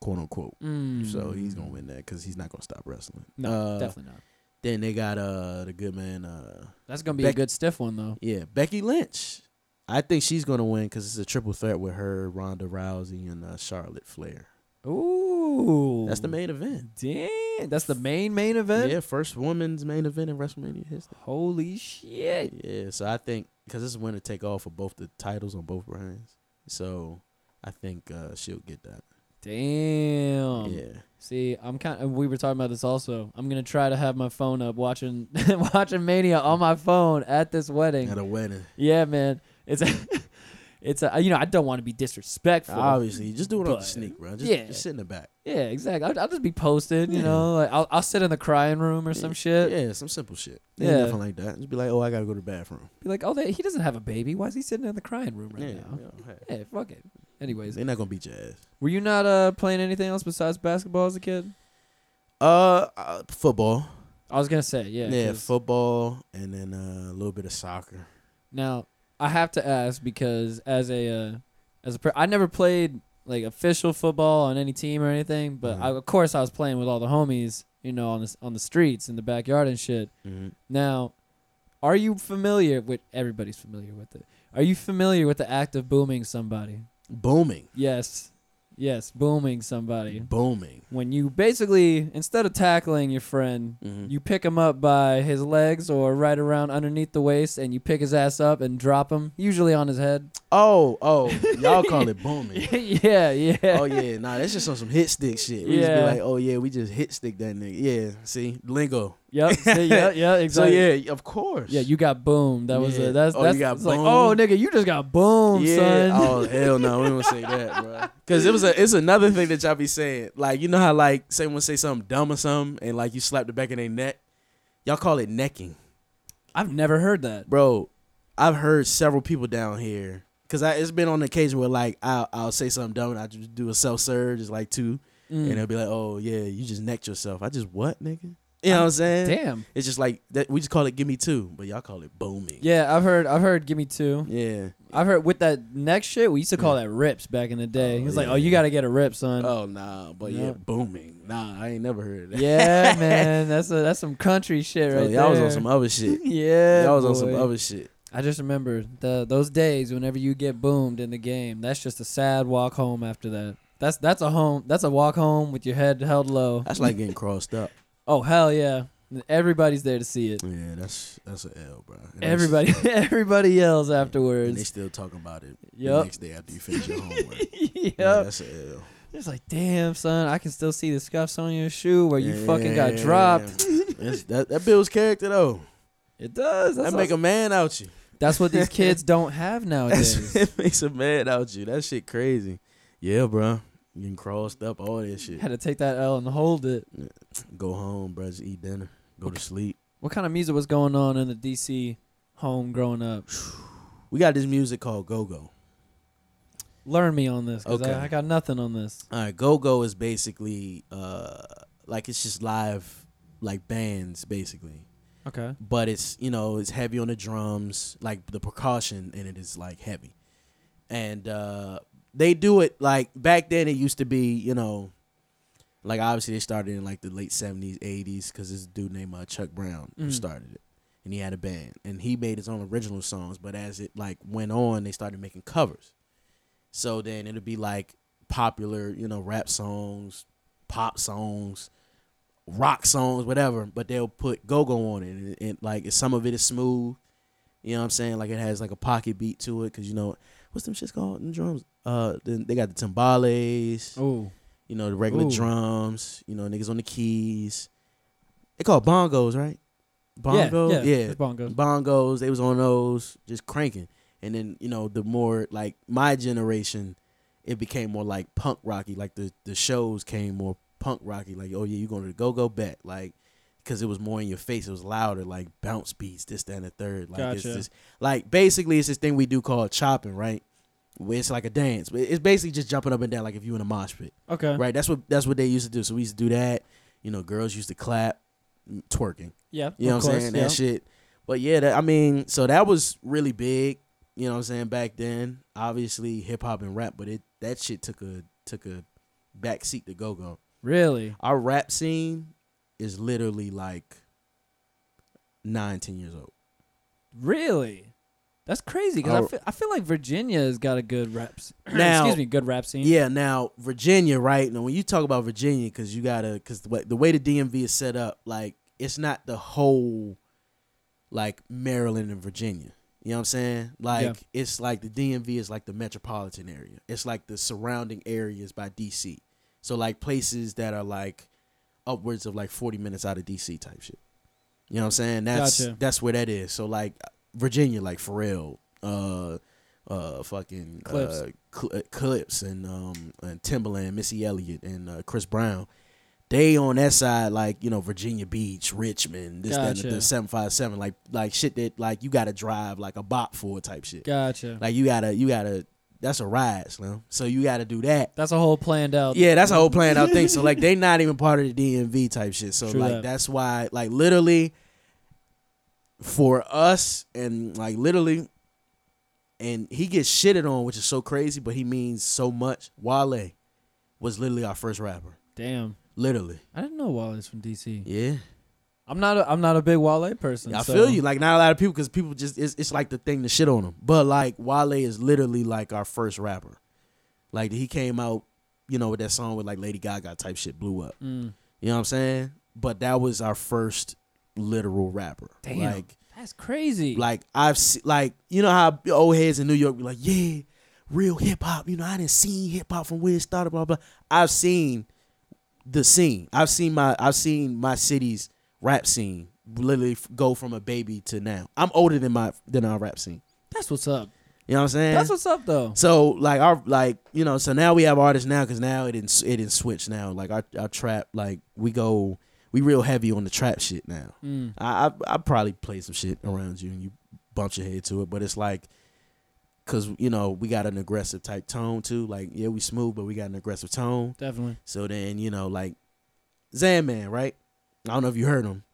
S3: quote unquote.
S2: Mm.
S3: So he's gonna win that because he's not gonna stop wrestling.
S2: No,
S3: Uh,
S2: definitely not.
S3: Then they got uh the good man. Uh,
S2: That's gonna be a
S3: Beck-
S2: good stiff one though.
S3: yeah, Becky Lynch. I think she's gonna win because it's a triple threat with her, Ronda Rousey, and uh, Charlotte Flair.
S2: Ooh,
S3: That's the main event.
S2: Damn, that's the main main event.
S3: Yeah, first woman's main event in WrestleMania history.
S2: Holy shit!
S3: Yeah, so I think because this is winner take all for both the titles on both brands, so I think uh, she'll get that.
S2: Damn.
S3: yeah,
S2: See, I'm kind. Of, we were talking about this also. I'm gonna try to have my phone up, watching watching Mania on my phone at this wedding.
S3: at a wedding,
S2: Yeah, man. It's a, it's a, you know I don't want to be disrespectful.
S3: obviously. Just do it on
S2: But-
S3: the sneak, bro. Just,
S2: yeah.
S3: just sit in the back.
S2: Yeah, exactly. I'll, I'll just be posted. You
S3: Yeah.
S2: know, like I'll I'll sit in the crying room or some shit.
S3: yeah, some simple shit.
S2: Yeah.
S3: Yeah, nothing like that. Just be like, oh, I gotta go to the bathroom.
S2: Be like, oh, they, he doesn't have a baby. Why is he sitting in the crying room right
S3: yeah,
S2: now?
S3: yeah, hey.
S2: Yeah, fuck it. Anyways,
S3: they're not gonna beat your ass.
S2: were you not uh playing anything else besides basketball as a kid?
S3: Uh, uh, football.
S2: I was gonna say, yeah.
S3: Yeah,
S2: 'cause-
S3: football, and then uh, a little bit of soccer.
S2: Now, I have to ask because as a uh, as a per- I never played like official football on any team or anything, but I,
S3: Mhm.
S2: of course I was playing with all the homies, you know, on the s- on the streets in the backyard and shit. Now, are you familiar with everybody's familiar with it? Are you familiar with the act of booming somebody?
S3: Booming,
S2: Yes. Yes, booming somebody.
S3: Mm-hmm. booming.
S2: When you basically instead of tackling your friend, you pick him up by his legs or right around underneath the waist, and you pick his ass up and drop him, usually on his head.
S3: oh, oh, y'all call it booming.
S2: yeah, yeah.
S3: oh yeah, nah, that's just on some hit stick shit. We just
S2: Yeah.
S3: be like, oh yeah, we just hit stick that nigga. Yeah, see, lingo.
S2: Yep. see, yeah. Yeah. Exactly.
S3: So
S2: yeah.
S3: yeah, of course.
S2: you got boomed. That was
S3: Yeah.
S2: a, that's
S3: Oh, you
S2: that's
S3: got
S2: it's like,
S3: boomed.
S2: oh nigga, you just got boomed,
S3: yeah.
S2: son.
S3: Oh hell no, we don't say that, bro. Because it was a, it's another thing that y'all be saying. Like you know how like someone say something dumb or something, and like you slap the back of their neck. Y'all call it necking,
S2: I've never heard that.
S3: bro. I've heard several people down here. Cause I, it's been on occasion where like I'll, I'll say something dumb and I just do a self surge, it's like two,
S2: Mm.
S3: and they'll be like, "Oh yeah, you just necked yourself." I just what, nigga? You know what I'm saying?
S2: Damn.
S3: It's just like that. We just call it "give me two, but y'all call it booming.
S2: Yeah, I've heard. I've heard. Give me two.
S3: Yeah.
S2: I've heard with that neck shit. We used to call that rips back in the day.
S3: Oh,
S2: It was like,
S3: yeah.
S2: oh, you got to get a rip, son.
S3: Oh nah, but yeah,
S2: Yeah.
S3: booming. Nah, I ain't never heard of that.
S2: Yeah, man. That's a that's some country shit
S3: So
S2: right
S3: Oh, y'all was
S2: there.
S3: on some other shit.
S2: yeah.
S3: y'all was on some
S2: boy.
S3: other shit.
S2: I just remember the those days whenever you get boomed in the game. That's just a sad walk home after that. That's that's a home. That's a walk home with your head held low.
S3: That's like getting crossed up.
S2: Oh hell yeah! Everybody's there to see it.
S3: Yeah, that's that's an L, bro. And they-
S2: Everybody everybody yells
S3: And they
S2: afterwards.
S3: still talking about it the
S2: Yup.
S3: next day after you finish your homework. Yeah,
S2: Yep.
S3: that's an L.
S2: It's like, damn son, I can still see the scuffs on your shoe where you
S3: Yeah,
S2: fucking got
S3: yeah,
S2: dropped.
S3: yeah. That's- that, that builds character though.
S2: It does. That's, Oh,
S3: that make
S2: awesome.
S3: a man out you.
S2: that's what these kids don't have nowadays.
S3: it makes a man out you. That shit crazy. Yeah, bro. Getting crossed up, all that shit.
S2: Had to take that L and hold it.
S3: Go home, bro. Just eat dinner. Go to sleep.
S2: What kind of music was going on in the DC home growing up?
S3: We got this music called Go Go.
S2: Learn me on this, cause
S3: Okay.
S2: I, I got nothing on this.
S3: All right, Go Go is basically uh like it's just live like bands basically.
S2: Okay.
S3: But it's you know, it's heavy on the drums, like the percussion in it is like heavy. And uh they do it like back then it used to be, you know, like obviously they started in like the late 70s, 80s cuz this dude named uh, Chuck Brown who
S2: Mm.
S3: started it. and he had a band and he made his own original songs but as it like went on they started making covers so then it'd be like popular you know rap songs pop songs rock songs whatever but they'll put go-go on it and, it- it- like some of it is smooth you know what i'm saying like it has like a pocket beat to it because you know what's them shits called them drums uh then they got the timbales
S2: Ooh.
S3: you know the regular
S2: Ooh.
S3: drums you know niggas on the keys they call bongos right bongo
S2: Yeah. yeah,
S3: yeah
S2: it's Bongos.
S3: bongos. They was on those, just cranking. And then you know, the more like my generation, it became more like punk rocky. Like the the shows came more punk rocky. Like oh yeah, you going to the go go back like. Cause it was more in your face. It was louder, like bounce beats, this, that, and the third. Like it's
S2: Gotcha.
S3: just like basically it's this thing we do called chopping, right? Where it's like a dance, but it's basically just jumping up and down, like if you in a mosh pit,
S2: Okay.
S3: right? That's what that's what they used to do. So we used to do that. You know, girls used to clap, mm, twerking.
S2: Yeah.
S3: You know
S2: of
S3: what I'm
S2: course,
S3: saying?
S2: yeah.
S3: That shit. But yeah, that, I mean, so that was really big, you know what I'm saying, back then. Obviously hip hop and rap, but it that shit took a took a back seat to go go.
S2: Really?
S3: Our rap scene is literally like nine, ten years old.
S2: Really? That's crazy because I,
S3: Our-
S2: feel, I feel like Virginia's got a good rap. s-
S3: Now-
S2: excuse me, good rap scene.
S3: Yeah, now Virginia, right? Now when you talk about Virginia, because you gotta, because the way, the way the DMV is set up, like it's not the whole, like Maryland and Virginia. You know what I'm saying? Like it's like the DMV is like the metropolitan area. It's like the surrounding areas by DC. So like places that are like upwards of like 40 minutes out of DC type shit. You know what I'm saying? That's
S2: Gotcha.
S3: that's where that is. So like Virginia, like Pharrell, uh, uh, fucking
S2: Clips.
S3: uh, Cl- uh, clips and um and Timberland, Missy Elliott and uh, Chris Brown. They on that side, like you know Virginia Beach, Richmond, this that,
S2: Gotcha.
S3: and the seven five seven, like like shit that like you gotta drive like a bop for type shit.
S2: Gotcha.
S3: Like you gotta you gotta that's a ride, Slim. So you gotta do that.
S2: That's a whole planned out.
S3: Yeah, that's a whole planned out thing. So like they not even part of the DMV type shit. So
S2: True
S3: like
S2: that.
S3: that's why like literally for us and like literally and he gets shitted on, which is so crazy, but he means so much. Wale was literally our first rapper.
S2: Damn.
S3: Literally.
S2: I didn't know Wale's from DC.
S3: Yeah.
S2: I'm not. A, I'm not a big Wale person.
S3: I
S2: so-
S3: feel you. Like not a lot of people because people just it's, it's like the thing to shit on him. But like Wale is literally like our first rapper. Like he came out, you know, with that song with like Lady Gaga type shit blew up.
S2: Mm.
S3: You know what I'm saying? But that was our first literal rapper.
S2: Damn.
S3: Like
S2: That's crazy.
S3: like I've se- like you know how old heads in New York be like, yeah, real hip hop. You know, I didn't see hip hop from where it started. Blah blah. I've seen the scene. I've seen my I've seen my city's rap scene literally f- go from a baby to now. I'm older than my than our rap scene.
S2: That's what's up.
S3: You know what I'm saying?
S2: That's what's up though.
S3: So like our like you know so now we have artists now because now it didn't it didn't switch now like our our trap like we go we real heavy on the trap shit now.
S2: Mm.
S3: I I, I probably play some shit around you and you bump your head to it, but it's like because you know we got an aggressive type tone too. Like yeah we smooth but we got an aggressive tone.
S2: Definitely.
S3: So then you know like Zanman right? I don't know if you heard him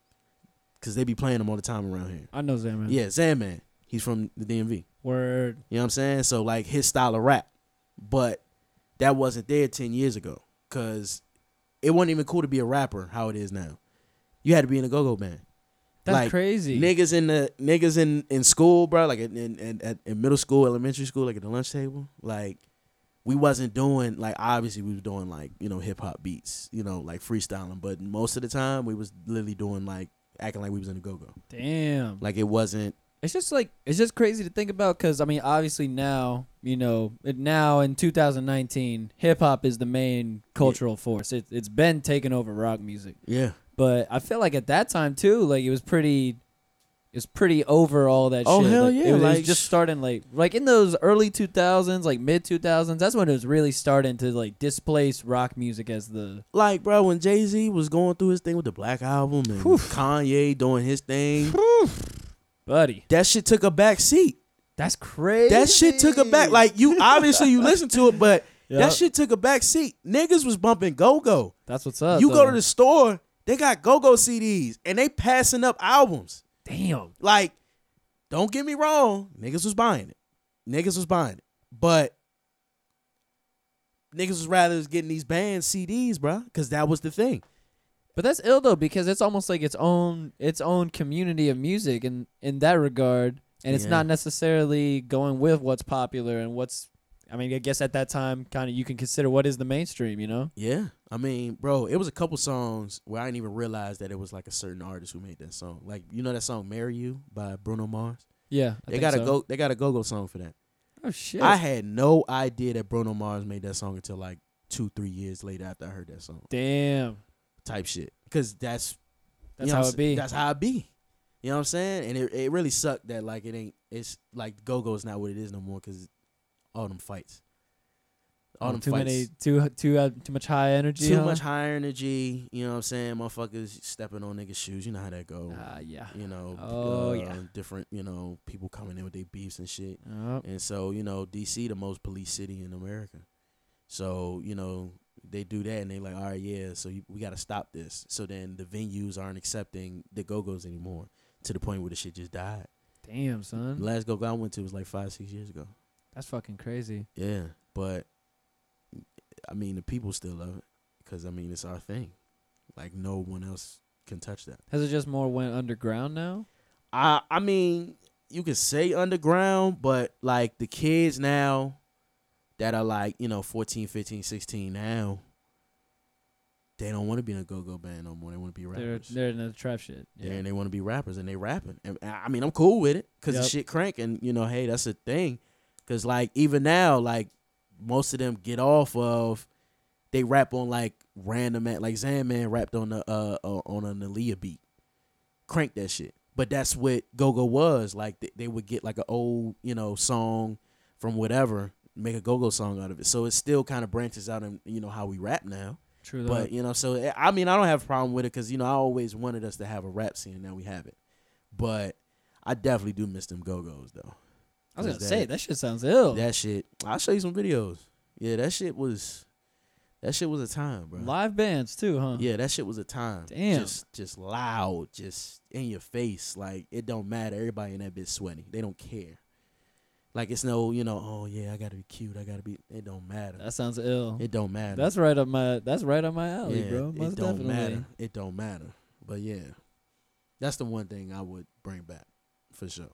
S3: because they be playing him all the time around here.
S2: I know Zaman.
S3: Yeah Zanman he's from the DMV.
S2: Word.
S3: You know what I'm saying? So like his style of rap, but that wasn't there ten years ago because it wasn't even cool to be a rapper how it is now. You had to be in a go-go band.
S2: That's
S3: Like,
S2: crazy.
S3: Niggas in the niggas in in school, bro. Like in in, in, at- in middle school, elementary school, like at the lunch table, like. We wasn't doing like obviously we was doing like you know hip hop beats you know like freestyling but most of the time we was literally doing like acting like we was in a go go
S2: Damn.
S3: like it wasn't
S2: It's just like it's just crazy to think about because I mean, obviously now you know it- now in 2019, hip hop is the main cultural force. It, it's been taking over rock music,
S3: yeah
S2: but I feel like at that time too, like it was pretty, it's pretty over all that.
S3: Oh,
S2: shit.
S3: hell
S2: Like,
S3: yeah,
S2: It, was- it was
S3: like-
S2: just starting like like in those early 2000s, like mid 2000s. That's when it was really starting to like displace rock music as the
S3: like bro when jay-z was going through his thing with the black album and kanye doing his thing
S2: buddy.
S3: that shit took a back seat
S2: That's crazy.
S3: that shit took a back like you obviously you listen to it but
S2: Yup.
S3: that shit took a back seat niggas was bumping go-go
S2: That's what's up.
S3: you go
S2: though.
S3: to the store they got go-go cds and they passing up albums
S2: damn.
S3: like don't get me wrong niggas was buying it niggas was buying it but niggas was rather was getting these band cds bro because that was the thing
S2: But that's ill though because it's almost like its own its own community of music in in that regard, and it's
S3: Yeah.
S2: not necessarily going with what's popular and what's. I mean, I guess at that time, kind of you can consider what is the mainstream, you know?
S3: Yeah, I mean, bro, it was a couple songs where I didn't even realize that it was like a certain artist who made that song. Like you know that song "Marry You" by Bruno Mars.
S2: Yeah, I
S3: they
S2: think
S3: got
S2: so.
S3: a go. They got a go go song for that.
S2: Oh shit!
S3: I had no idea that Bruno Mars made that song until like two, three years later after I heard that song.
S2: Damn,
S3: Type shit, because that's
S2: that's
S3: you know
S2: how
S3: what I'm
S2: it be.
S3: sa- That's how it be. You know what I'm saying? And it it really sucked that like it ain't. It's like go go is not what it is no more because all them fights, all them
S2: Oh, too
S3: fights.
S2: many, too too uh, too much high energy.
S3: too
S2: huh?
S3: much higher energy. You know what I'm saying? Motherfuckers stepping on niggas' shoes. You know how that go.
S2: Ah, yeah.
S3: You know.
S2: Oh,
S3: uh,
S2: yeah.
S3: Different. You know, people coming in with their beefs and shit.
S2: Oh,
S3: And so you know, DC the most police city in America. So you know they do that and they like, all right, yeah. So you, we got to stop this. So then the venues aren't accepting the Go Go's anymore. To the point where the shit just died.
S2: damn,
S3: The
S2: son,
S3: last Go Go I went to was like five, six years ago.
S2: that's fucking crazy.
S3: Yeah, but I mean, the people still love it because I mean, it's our thing. Like no one else can touch that.
S2: Has it just more went underground now?
S3: I I mean, you could say underground, but like the kids now that are like, you know, 14, 15, 16 now, they don't want to be in a go-go band no more. They want to be
S2: They're
S3: rappers.
S2: they're in the trap shit.
S3: Yeah, and they want to be rappers and they rapping. And I I mean, I'm cool with it because
S2: Yep.
S3: the shit crank and you know, hey, that's a thing. Because like even now, like most of them get off of they rap on like random at like Zandman rapped on the uh uh, on an Aaliyah beat, crank that shit. But that's what Go Go was like. They, they would get like an old you know song from whatever, make a Go Go song out of it. So it still kind of branches out in you know how we rap now.
S2: True. though.
S3: But you know, so eh, I mean, I don't have a problem with it because you know I always wanted us to have a rap scene, and now we have it. But I definitely do miss them Go Go's though.
S2: I was gonna
S3: Cause
S2: say that shit sounds ill.
S3: that shit. I'll show you some videos. Yeah, that shit was, that shit was a time, bro.
S2: Live bands too, huh?
S3: Yeah, that shit was a time.
S2: Damn.
S3: just just loud, just in your face. Like it don't matter. Everybody in that bitch sweaty. They don't care. Like it's no, you know, oh yeah, I gotta be cute. I gotta be. It don't matter.
S2: That sounds ill.
S3: it don't matter.
S2: That's right up my that's right up my alley, bro.
S3: It
S2: Most
S3: don't
S2: definitely.
S3: matter. It don't matter. But yeah, that's the one thing I would bring back for sure.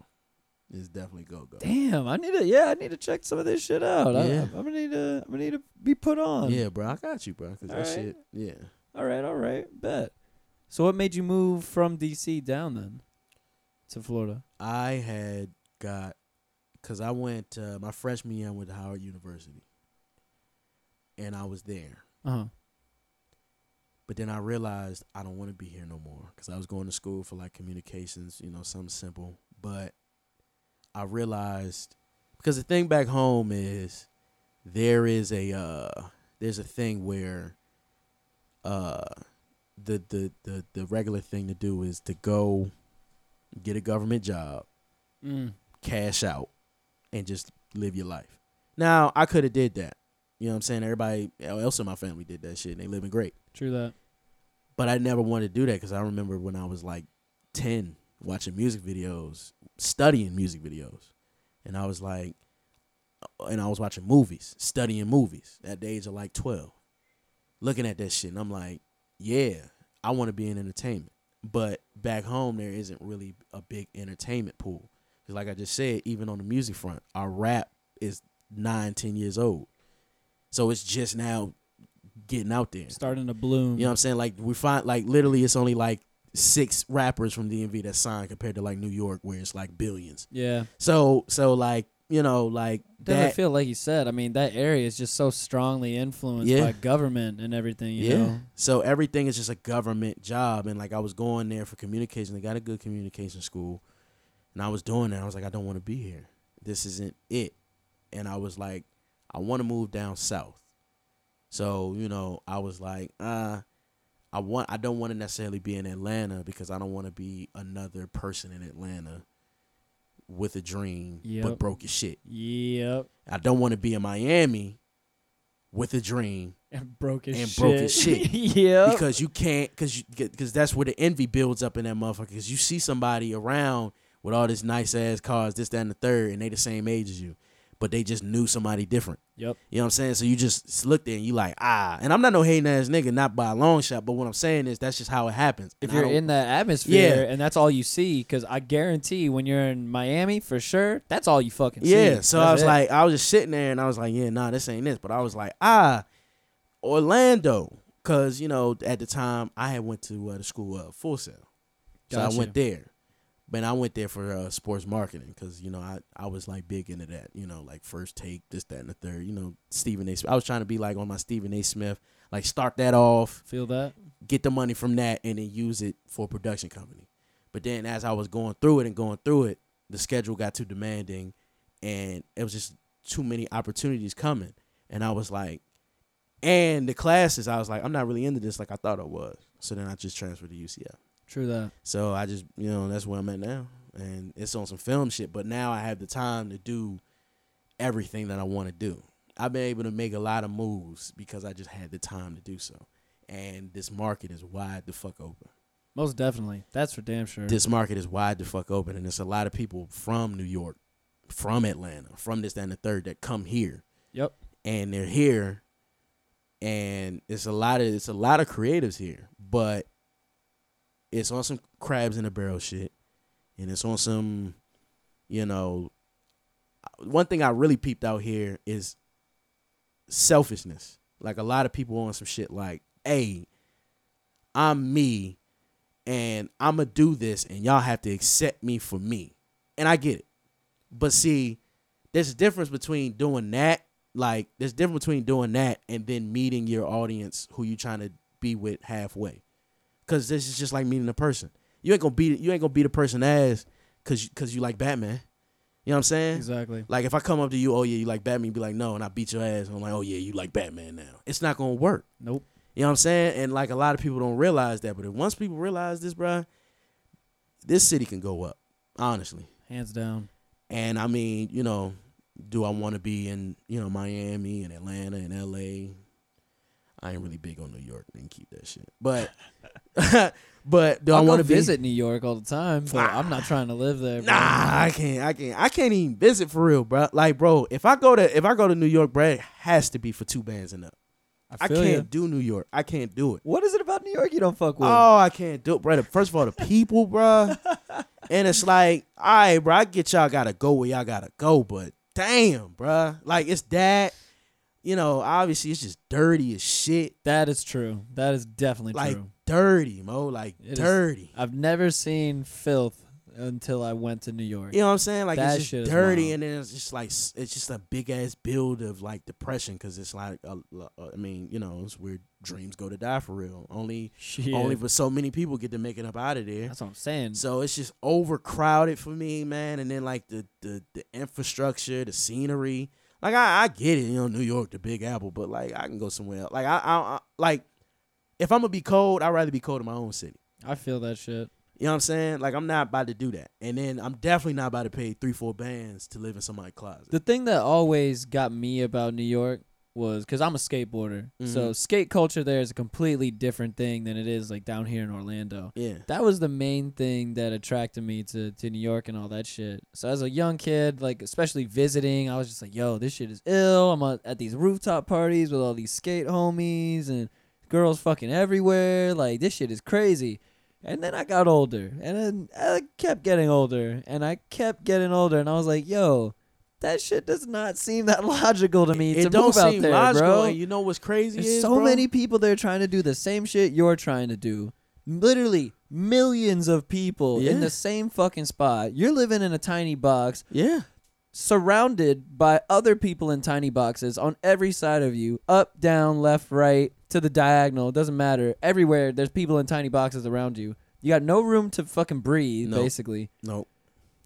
S3: Is definitely go go.
S2: Damn, I need to yeah, I need to check some of this shit out. I,
S3: Yeah.
S2: am gonna need to I'm gonna need to be put on.
S3: Yeah, bro, I got you, bro. 'cause that
S2: Alright.
S3: shit, yeah.
S2: All right, all right, bet. So what made you move from DC down then to Florida?
S3: I had got, cause I went uh, my freshman year I went to Howard University, and I was there.
S2: Uh huh.
S3: But then I realized I don't want to be here no more because I was going to school for like communications, you know, something simple. But I realized because the thing back home is there is a uh, there's a thing where uh, the, the the the regular thing to do is to go get a government job,
S2: Mm.
S3: cash out, and just live your life. Now I could have did that. You know what I'm saying? Everybody else in my family did that shit and they living great.
S2: True that.
S3: But I never wanted to do that because I remember when I was like 10 watching music videos, studying music videos. And I was like, uh, and I was watching movies, studying movies at the age of like 12, looking at that shit. And I'm like, yeah, I want to be in entertainment. But back home, there isn't really a big entertainment pool. Because, like I just said, even on the music front, our rap is nine, 10 years old. So it's just now getting out there.
S2: Starting to bloom.
S3: You know what I'm saying? Like we find like literally it's only like six rappers from DMV that signed compared to like New York where it's like billions.
S2: Yeah.
S3: So so like you know like
S2: Doesn't
S3: that
S2: feel like you said. I mean, that area is just so strongly influenced
S3: Yeah.
S2: by government and everything. You
S3: yeah.
S2: know.
S3: So everything is just a government job and like I was going there for communication. They got a good communication school, and I was doing that. I was like I don't want to be here. This isn't it. And I was like I want to move down south. So you know I was like uh I want I don't want to necessarily be in Atlanta because I don't want to be another person in Atlanta with a dream
S2: Yep.
S3: but broke as shit.
S2: Yep.
S3: I don't want to be in Miami with a dream
S2: And broke his
S3: And
S2: shit.
S3: broke his shit.
S2: yep.
S3: because you can't because because that's where the envy builds up in that motherfucker. Because you see somebody around with all this nice ass cars, this, that, and the third, and they the same age as you, but they just knew somebody different.
S2: Yep.
S3: You know what I'm saying? So you just look there and you like, ah. And I'm not no hating ass nigga, not by a long shot, but what I'm saying is that's just how it happens.
S2: If
S3: And I
S2: you're
S3: don't-
S2: in that atmosphere
S3: Yeah.
S2: and that's all you see, because I guarantee when you're in Miami for sure, that's all you fucking see.
S3: Yeah, so I
S2: That's
S3: was
S2: it.
S3: like, I was just sitting there and I was like, yeah, nah, this ain't this. But I was like, ah, Orlando, because you know at the time I had went to uh, the school uh, Full Sail, so I
S2: Gotcha.
S3: went there. But I went there for uh, sports marketing because you know I, I was like big into that you know like first take this that and the third you know Stephen A. Smith. I was trying to be like on my Stephen A. Smith like start that off
S2: feel that.
S3: get the money from that and then use it for a production company. But then as I was going through it and going through it, the schedule got too demanding and it was just too many opportunities coming. And I was like, and the classes, I was like, I'm not really into this like I thought I was. So then I just transferred to UCF.
S2: True that.
S3: So I just, you know, that's where I'm at now. And it's on some film shit, but now I have the time to do everything that I want to do. I've been able to make a lot of moves because I just had the time to do so. And this market is wide the fuck open.
S2: Most definitely. That's for damn sure.
S3: This market is wide the fuck open. And it's a lot of people from New York, from Atlanta, from this, that, and the third that come here
S2: yep.
S3: and they're here and it's a lot of it's a lot of creatives here but it's on some crabs in a barrel shit and it's on some you know one thing i really peeped out here is selfishness like a lot of people on some shit like hey i'm me and i'ma do this and y'all have to accept me for me and i get it but see there's a difference between doing that like there's a difference between doing that and then meeting your audience who you trying to be with halfway because this is just like meeting a person you ain't gonna be you ain't gonna be the person as because because you like batman you know what i'm saying
S2: Exactly.
S3: like if i come up to you oh yeah you like batman you be like no and i beat your ass and i'm like oh yeah you like batman now it's not gonna work
S2: Nope.
S3: you know what I'm saying? And like a lot of people don't realize that, but if once people realize this, bruh, this city can go up, honestly.
S2: Hands down.
S3: And I mean, you know, do I want to be in, you know, Miami and Atlanta and LA? I ain't really big on New York. Didn't keep that shit. But but do
S2: I'll
S3: I
S2: go
S3: want to be
S2: visit New York all the time, but I'm not trying to live there. bro.
S3: Nah, I can't. I can't. I can't even visit for real, bro. Like, bro, if I go to if I go to New York, bro, it has to be for two bands and up. I,
S2: feel
S3: can't
S2: ya.
S3: do New York. I can't do it.
S2: What is it about New York you don't fuck with?
S3: Oh, I can't do it, brother. First of all, the people, bro. and it's like, all right, bro, I get y'all gotta go where y'all gotta go, but damn, bro. Like it's that, you know, obviously it's just dirty as shit.
S2: That is true. That is definitely
S3: Like
S2: true.
S3: dirty, Mo. Like
S2: It is-
S3: dirty.
S2: I've never seen filth until I went to New York.
S3: You know what I'm saying? Like
S2: That
S3: it's just
S2: shit is
S3: dirty,
S2: wild.
S3: and then it's just like s- it's just a big ass build of like depression because it's like a, a- I mean, you know, it's where dreams go to die for real. Only,
S2: Shit.
S3: only, but so many people get to make it up out of there.
S2: That's what I'm saying.
S3: So it's just overcrowded for me, man. And then like the the, the infrastructure, the scenery. Like I, I get it, you know, New York, the Big Apple, but like I can go somewhere else. Like I, I, I like if I'm gonna be cold, I'd rather be cold in my own city.
S2: I feel that shit.
S3: You know what I'm saying? Like I'm not about to do that. And then I'm definitely not about to pay three, four bands to live in somebody's closet.
S2: The thing that always got me about New York was because I'm a skateboarder. So skate culture there is a completely different thing than it is like down here in Orlando.
S3: yeah.
S2: That was the main thing that attracted me to, to New York and all that shit. So as a young kid, like especially visiting, I was just like, "Yo, this shit is ill." I'm at- at these rooftop parties with all these skate homies and girls fucking everywhere. Like this shit is crazy. And then I got older, and then I kept getting older, and I kept getting older, and I was like, "Yo, that shit does not seem that logical to me
S3: it
S2: to
S3: don't
S2: move
S3: seem
S2: out there,
S3: logical.
S2: bro."
S3: And you know what's crazy
S2: There's
S3: is
S2: so
S3: bro?
S2: many people there trying to do the same shit you're trying to do. Literally millions of people in
S3: Yeah.
S2: the same fucking spot. You're living in a tiny box,
S3: Yeah.
S2: surrounded by other people in tiny boxes on every side of you, up, down, left, right, to the diagonal. It doesn't matter. Everywhere there's people in tiny boxes around you. You got no room to fucking breathe,
S3: Nope.
S2: basically.
S3: No.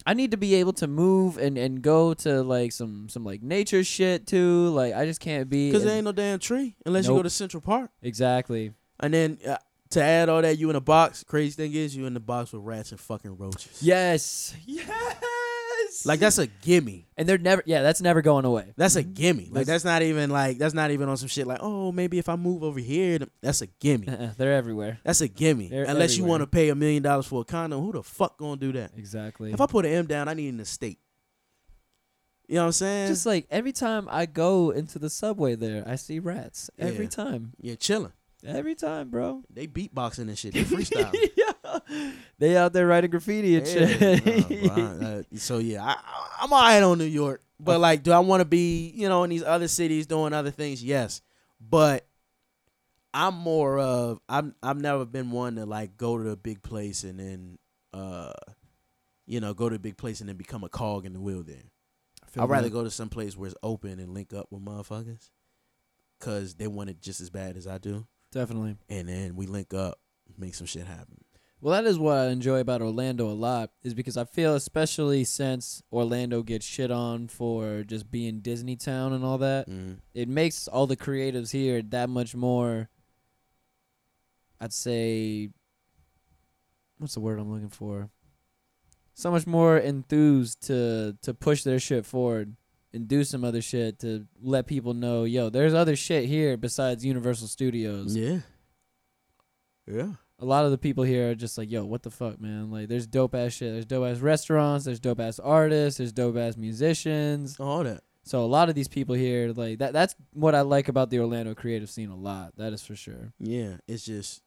S2: I need to be able to move and, and go to like some some like nature shit too. Like I just can't be
S3: Because
S2: in-
S3: there ain't no damn tree unless you
S2: Nope.
S3: go to Central Park.
S2: exactly.
S3: And then uh, to add all that, you in a box. Crazy thing is, you in the box with rats and fucking roaches.
S2: Yes. Yes.
S3: Like that's a gimme.
S2: and they're never yeah, that's never going away.
S3: That's a gimme.
S2: That's-
S3: Like that's not even like that's not even on some shit like oh maybe if I move over here th- that's a gimme.
S2: Uh-uh, they're everywhere.
S3: That's a gimme.
S2: They're
S3: Unless you
S2: everywhere.
S3: want to pay a million dollars for a condom, who the fuck gonna do that?
S2: Exactly.
S3: If I put an M down, I need an estate. You know what I'm saying?
S2: Just like every time I go into the subway there, I see rats. Every
S3: Yeah.
S2: time.
S3: yeah, chilling.
S2: Every time, bro.
S3: They beatboxing and shit. They freestyle.
S2: yeah. They out there writing graffiti and shit.
S3: uh, so yeah, I, I'm all right on New York, but like, do I want to be you know in these other cities doing other things? Yes, but I'm more of I'm I've never been one to like go to a big place and then uh you know go to a big place and then become a cog in the wheel there. I'd rather go to some place where it's open and link up with motherfuckers because they want it just as bad as I do,
S2: Definitely.
S3: and then we link up, make some shit happen.
S2: Well, that is what I enjoy about Orlando a lot, is because I feel, especially since Orlando gets shit on for just being Disney Town and all that,
S3: Mm.
S2: it makes all the creatives here that much more, I'd say, what's the word I'm looking for? So much more enthused to, to push their shit forward and do some other shit to let people know, yo, there's other shit here besides Universal Studios
S3: Yeah. Yeah.
S2: a lot of the people here are just like, yo, what the fuck, man? Like, there's dope ass shit. There's dope ass restaurants. There's dope ass artists. There's dope ass musicians.
S3: All that.
S2: So a lot of these people here, like that. That's what I like about the Orlando creative scene a lot. That is for sure.
S3: Yeah, it's just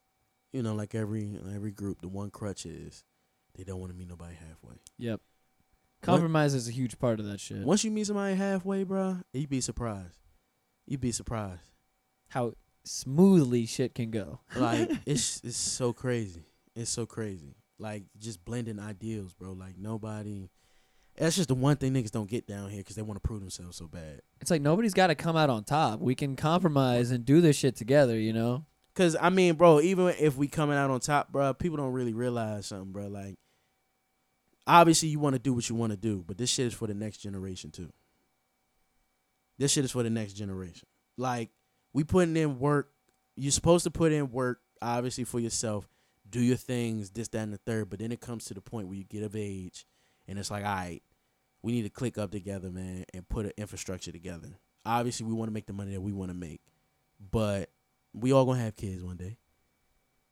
S3: you know, like every every group, the one crutch is they don't want to meet nobody halfway.
S2: Yep. Compromise is a huge part of that shit.
S3: Once you meet somebody halfway, bro, you'd be surprised. You'd be surprised.
S2: How smoothly shit can go.
S3: Like it's it's so crazy. It's so crazy. Like just blending ideals, bro. Like nobody. That's just the one thing niggas don't get down here because they want to prove themselves so bad.
S2: It's like nobody's got to come out on top. We can compromise and do this shit together. You know.
S3: Cause I mean, bro, even if we coming out on top, bro, people don't really realize something, bro. Like, obviously, you want to do what you want to do, but this shit is for the next generation too. This shit is for the next generation. Like, we putting in work. You're supposed to put in work, obviously, for yourself. Do your things, this, that, and the third. But then it comes to the point where you get of age, and it's like, all right, we need to click up together, man, and put an infrastructure together. Obviously, we want to make the money that we want to make, but we all gonna have kids one day.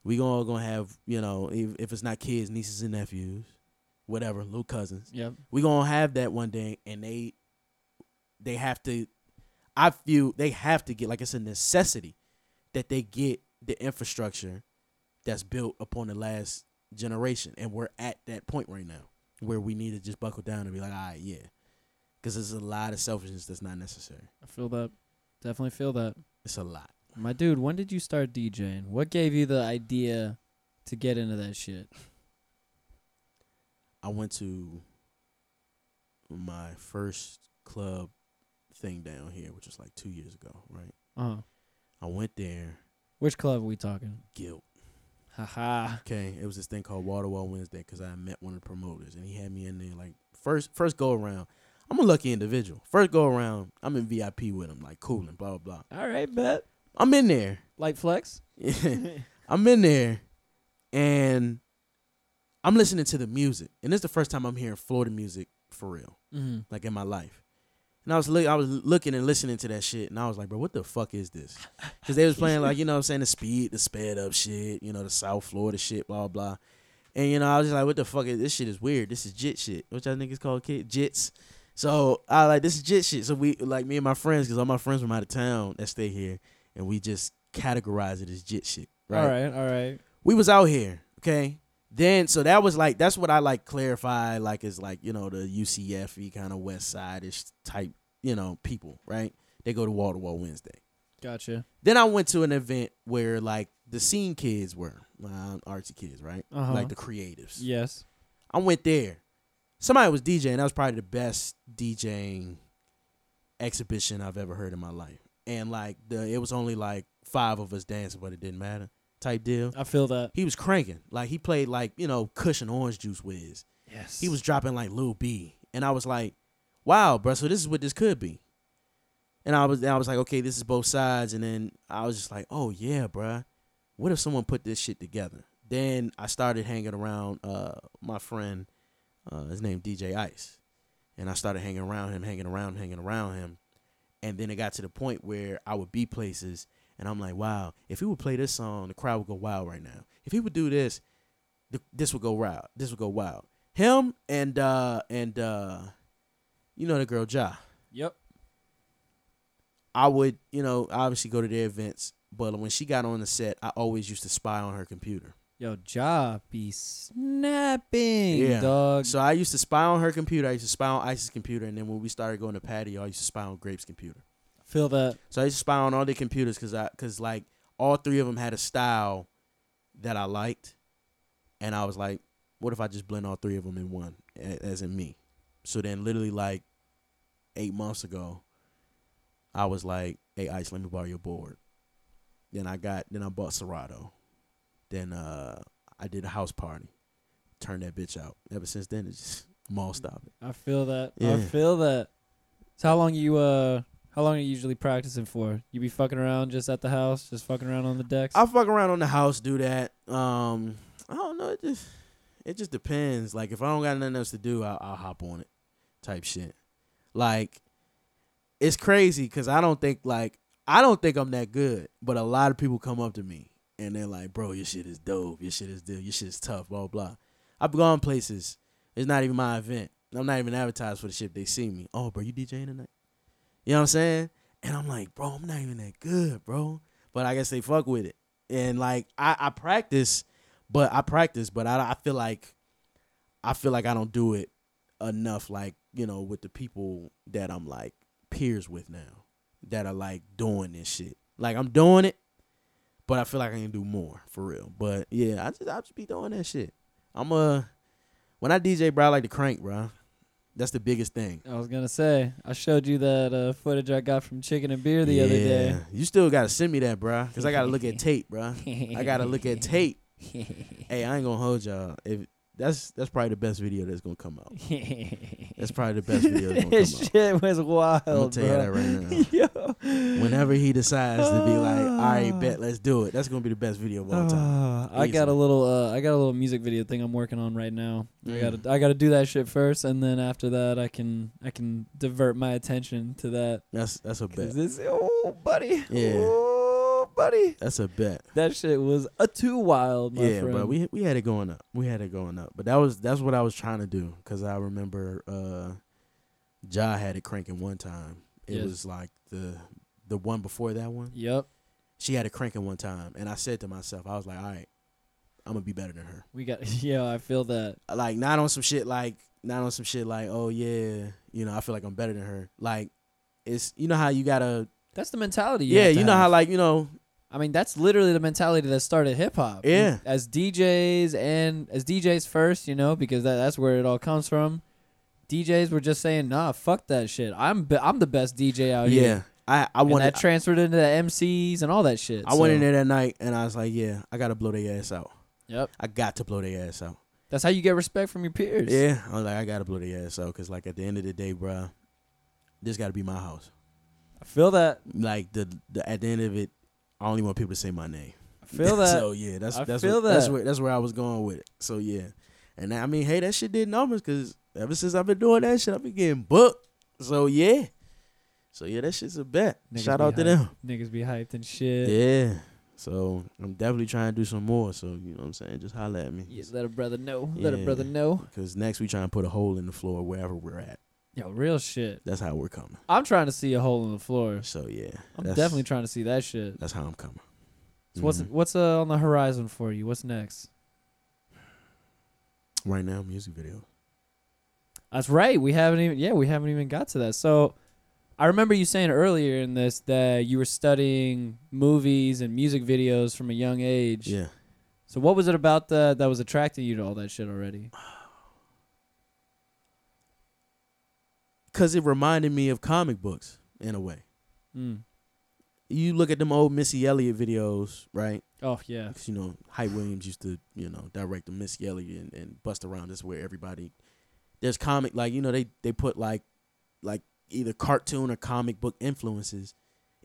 S3: We gon- all gonna have, you know, if, if it's not kids, nieces and nephews, whatever, little cousins.
S2: Yep.
S3: We gonna have that one day, and they, they have to. I feel they have to get like it's a necessity that they get the infrastructure that's built upon the last generation, and we're at that point right now where we need to just buckle down and be like, all right, yeah, because there's a lot of selfishness that's not necessary.
S2: I feel that. Definitely feel that.
S3: It's a lot.
S2: My dude, when did you start DJing? What gave you the idea to get into that shit?
S3: I went to my first club thing down here, which was like two years ago, right?
S2: Uh huh.
S3: I went there,
S2: Which club are we talking?
S3: guilt.
S2: Haha.
S3: Okay, it was this thing called Waterwall Wednesday because I met one of the promoters and he had me in there like first first go around. I'm a lucky individual. First go around, I'm in VIP with him, like cool and blah blah blah.
S2: All right, bet.
S3: I'm in there.
S2: Light flex. Mm-hmm.
S3: I'm in there and I'm listening to the music. And this is the first time I'm hearing Florida music for real.
S2: Mm-hmm.
S3: like in my life. And I was look, I was looking and listening to that shit, and I was like, bro, what the fuck is this? Because they was playing like you know what I'm saying the speed, the sped up shit, you know the South Florida shit, blah blah. And you know I was just like, what the fuck is this shit? Is weird. This is jit shit, which I think is called kid jits. So I like this is jit shit. So we like me and my friends, because all my friends from out of town that stay here, and we just categorize it as jit shit,
S2: All right, all right.
S3: we was out here, okay? Then so that was like that's what I like clarify like is like, you know, the UCFE kind of West Side-ish type, you know, people, right? They go to Wall to Wall Wednesday.
S2: Gotcha.
S3: Then I went to an event where like the scene kids were, uh, artsy kids, right?
S2: Uh-huh.
S3: Like the creatives.
S2: Yes.
S3: I went there. Somebody was DJing. That was probably the best DJing exhibition I've ever heard in my life. And like the it was only like five of us dancing, but it didn't matter type deal
S2: I feel that.
S3: he was cranking. Like he played like you know cushion orange juice whiz.
S2: Yes.
S3: He was dropping like Lil B, and I was like, wow, bro. So this is what this could be. And I was and I was like, okay, this is both sides. And then I was just like, oh yeah, bruh. What if someone put this shit together? Then I started hanging around uh, my friend, uh, his name DJ Ice, and I started hanging around him, hanging around, hanging around him, and then it got to the point where I would be places and I'm like, wow, if he would play this song, the crowd would go wild right now. If he would do this, th- this would go wild. This would go wild. Him and uh and uh You know the girl Ja.
S2: Yep.
S3: I would, you know, obviously go to their events, but when she got on the set, I always used to spy on her computer.
S2: Yo, Ja be snapping,
S3: Yeah.
S2: dog.
S3: So I used to spy on her computer. I used to spy on Ice's computer, and then when we started going to patio, I used to spy on Grape's computer.
S2: Feel that?
S3: So I used to spy on all their computers because I because like all three of them had a style that I liked, and I was like, what if I just blend all three of them in one, a- as in me? So then, literally like eight months ago, I was like, hey Ice, let me borrow your board. Then I got then I bought Serato. Then uh I did a house party, turned that bitch out. Ever since then, it's just mall stopping.
S2: I feel that. I
S3: Yeah.
S2: feel that. So how long you uh? How long are you usually practicing for? You be fucking around just at the house, just fucking around on the decks.
S3: I fuck around on the house, do that. Um, I don't know. It just it just depends. Like if I don't got nothing else to do, I'll, I'll hop on it, type shit. Like it's crazy because I don't think like I don't think I'm that good, but a lot of people come up to me and they're like, "Bro, your shit is dope. Your shit is dope. Your shit is tough." Blah blah. I've gone places. It's not even my event. I'm not even advertised for the shit. They see me. Oh, bro, you DJing tonight? You know what I'm saying? And I'm like, bro, I'm not even that good, bro. But I guess they fuck with it. And like, I, I practice, but I practice, but I, I feel like, I feel like I don't do it enough. Like, you know, with the people that I'm like peers with now, that are like doing this shit. Like I'm doing it, but I feel like I can do more for real. But yeah, I just I just be doing that shit. I'm a when I DJ, bro, I like to crank, bro. That's the biggest thing.
S2: I was gonna say I showed you that uh, footage I got from Chicken and Beer the other day.
S3: Yeah. You still gotta send me that, bruh. Cause I gotta look at tape, bruh. I gotta look at tape. Hey, I ain't gonna hold y'all. If that's that's probably the best video that's gonna come out. That's probably the best video that's gonna
S2: This
S3: come
S2: shit
S3: out.
S2: was wild,
S3: I'm gonna tell you that
S2: bro.
S3: right now.
S2: Yo.
S3: Whenever he decides to be like, all right,
S2: Ah.
S3: bet, let's do it. That's gonna be the best video of all time.
S2: Ah, I got a
S3: Easily.
S2: little uh, I got a little music video thing I'm working on right now. I
S3: Mm.
S2: gotta I gotta do that shit first and then after that I can I can divert my attention to that.
S3: That's that's a
S2: 'Cause
S3: bet.
S2: this oh buddy.
S3: Yeah.
S2: Oh buddy.
S3: That's a bet.
S2: That shit was a too wild, my
S3: yeah,
S2: friend.
S3: bro. We we had it going up. We had it going up. But that was that's what I was trying to do because I remember uh, Ja had it cranking one time. It
S2: Yes.
S3: was like the the one before that one.
S2: Yep.
S3: She had it cranking one time, and I said to myself, I was like, all right, I'm gonna be better than her.
S2: We got yeah, I feel that.
S3: Like not on some shit like not on some shit like oh yeah, you know I feel like I'm better than her. Like it's you know how you gotta
S2: That's the mentality. You
S3: yeah
S2: have to
S3: you know
S2: have.
S3: how like you know
S2: I mean, that's literally the mentality that started hip hop.
S3: Yeah.
S2: As DJs and as DJs first, you know, because that, that's where it all comes from. DJs were just saying, "Nah, fuck that shit. I'm be- I'm the best DJ out here."
S3: yeah I I
S2: Oh, And
S3: wanted
S2: that transferred into the MCs and all that shit.
S3: I went
S2: so-
S3: in there that night and I was like yeah I gotta blow their ass out.
S2: Yep.
S3: I got to blow their ass out.
S2: That's how you get respect from your peers.
S3: Yeah, I was like, I gotta blow their ass out because, like, at the end of the day, bruh, this gotta be my house.
S2: I feel that.
S3: Like the, the at the end of it, I only want people to say my name.
S2: I feel that.
S3: so yeah, that's
S2: I
S3: that's
S2: feel
S3: what, that's
S2: that.
S3: where that's where I was going with it. So yeah, and I mean, hey, that shit did numbers because ever since I've been doing that shit, I've been getting booked. So yeah, so yeah, that shit's a bet.
S2: Niggas
S3: Shout
S2: be
S3: out to
S2: hyped.
S3: them.
S2: Niggas be hyped and shit.
S3: Yeah. So I'm definitely trying to do some more. So you know what I'm saying? Just holla at me.
S2: Yeah, let a brother know. Let a
S3: Yeah.
S2: brother know.
S3: Cause next we trying to put a hole in the floor wherever we're at.
S2: Yo, real shit.
S3: That's how we're coming.
S2: I'm trying to see a hole in the floor.
S3: So yeah,
S2: I'm
S3: that's-
S2: definitely trying to see that shit.
S3: That's how I'm coming.
S2: So what's
S3: Mhm.
S2: what's uh, on the horizon for you? What's next?
S3: right now? Music video.
S2: That's right. We haven't even yeah, we haven't even got to that. So I remember you saying earlier in this that you were studying movies and music videos from a young age.
S3: Yeah,
S2: So what was it about that that was attracting you to all that shit already?
S3: cause it reminded me of comic books in a way.
S2: Mm.
S3: You look at them old Missy Elliott videos, right?
S2: Oh yeah.
S3: 'Cause, you know Hype Williams used to, you know, direct the Missy Elliott and, and bust around. That's where everybody. There's comic like you know they they put like like either cartoon or comic book influences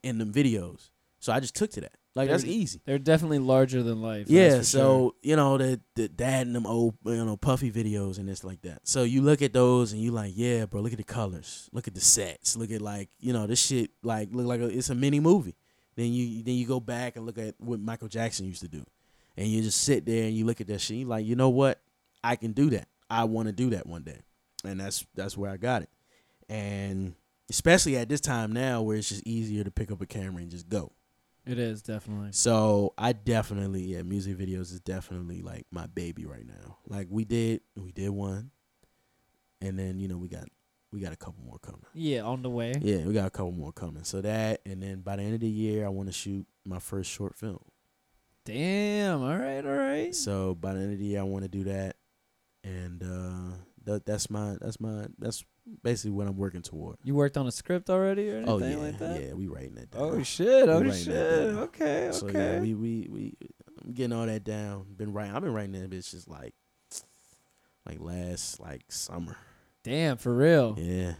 S3: in them videos. So I just took to that. Like that's
S2: Dude,
S3: easy.
S2: They're definitely larger than life. that's
S3: Yeah,
S2: for
S3: so you know the the dad and them old you know puffy videos and it's like that. So you look at those and you like, yeah, bro, look at the colors, look at the sets, look at like you know this shit like look like a, it's a mini movie. Then you then you go back and look at what Michael Jackson used to do, and you just sit there and you look at that shit. You like, you know what, I can do that. I want to do that one day, and that's that's where I got it. and especially at this time now where it's just easier to pick up a camera and just go.
S2: It is definitely.
S3: So I definitely yeah, music videos is definitely like my baby right now. Like we did we did one. And then, you know, we got we got a couple more coming.
S2: Yeah, on the way.
S3: Yeah, we got a couple more coming. So that and then by the end of the year I wanna shoot my first short film.
S2: Damn. All right. All right.
S3: So by the end of the year I wanna do that. And uh that that's my that's my that's basically what I'm working toward.
S2: You worked on a script already or anything
S3: Oh yeah,
S2: like that?
S3: yeah, we writing it down.
S2: Oh shit! Oh
S3: writing that
S2: shit!
S3: down.
S2: Okay. Okay.
S3: So yeah, we we we I'm getting all that down. Been writing. I've been writing that bitch just like like last like summer.
S2: Damn, for real.
S3: Yeah,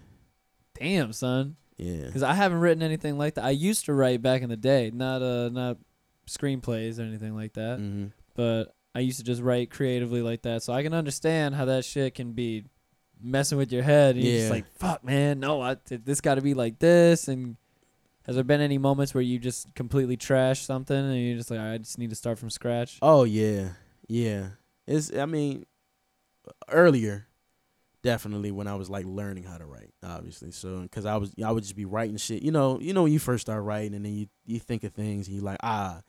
S2: Damn, son.
S3: yeah.
S2: Because I haven't written anything like that. I used to write back in the day, not uh, not screenplays or anything like that.
S3: hmm
S2: But I used to just write creatively like that, so I can understand how that shit can be messing with your head. And You're just
S3: Yeah.
S2: like, fuck, man, no, I, th- this got to be like this. And has there been any moments where you just completely trash something and you're just like, "All right, I just need to start from scratch?
S3: Oh yeah, yeah. It's I mean earlier definitely when I was like learning how to write, obviously. So because I was I would just be writing shit. You know, you know when you first start writing and then you you think of things and you like ah.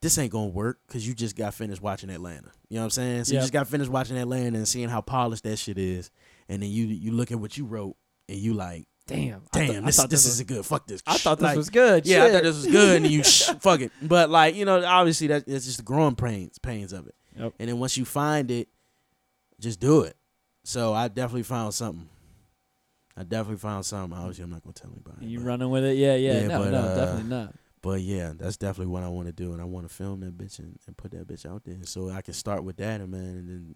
S3: This ain't gonna work because you just got finished watching Atlanta. You know what I'm saying? So
S2: Yeah.
S3: you just got finished watching Atlanta and seeing how polished that shit is, and then you you look at what you wrote and you like,
S2: Damn, I
S3: damn,
S2: th- I
S3: this
S2: thought
S3: this,
S2: was,
S3: isn't good. Fuck this.
S2: I thought this
S3: Like,
S2: was good.
S3: yeah, I
S2: shit.
S3: thought this was good, and you sh- fuck it. But like you know, obviously that that's just the growing pains pains of it.
S2: Yep.
S3: And then once you find it, just do it. So I definitely found something. I definitely found something. Obviously, I'm not gonna tell anybody.
S2: You
S3: but,
S2: running with it? Yeah, yeah.
S3: Yeah,
S2: no,
S3: but,
S2: no,
S3: uh,
S2: definitely not.
S3: but yeah, that's definitely what I want to do, and I want to film that bitch and, and put that bitch out there, so I can start with that, and man, and then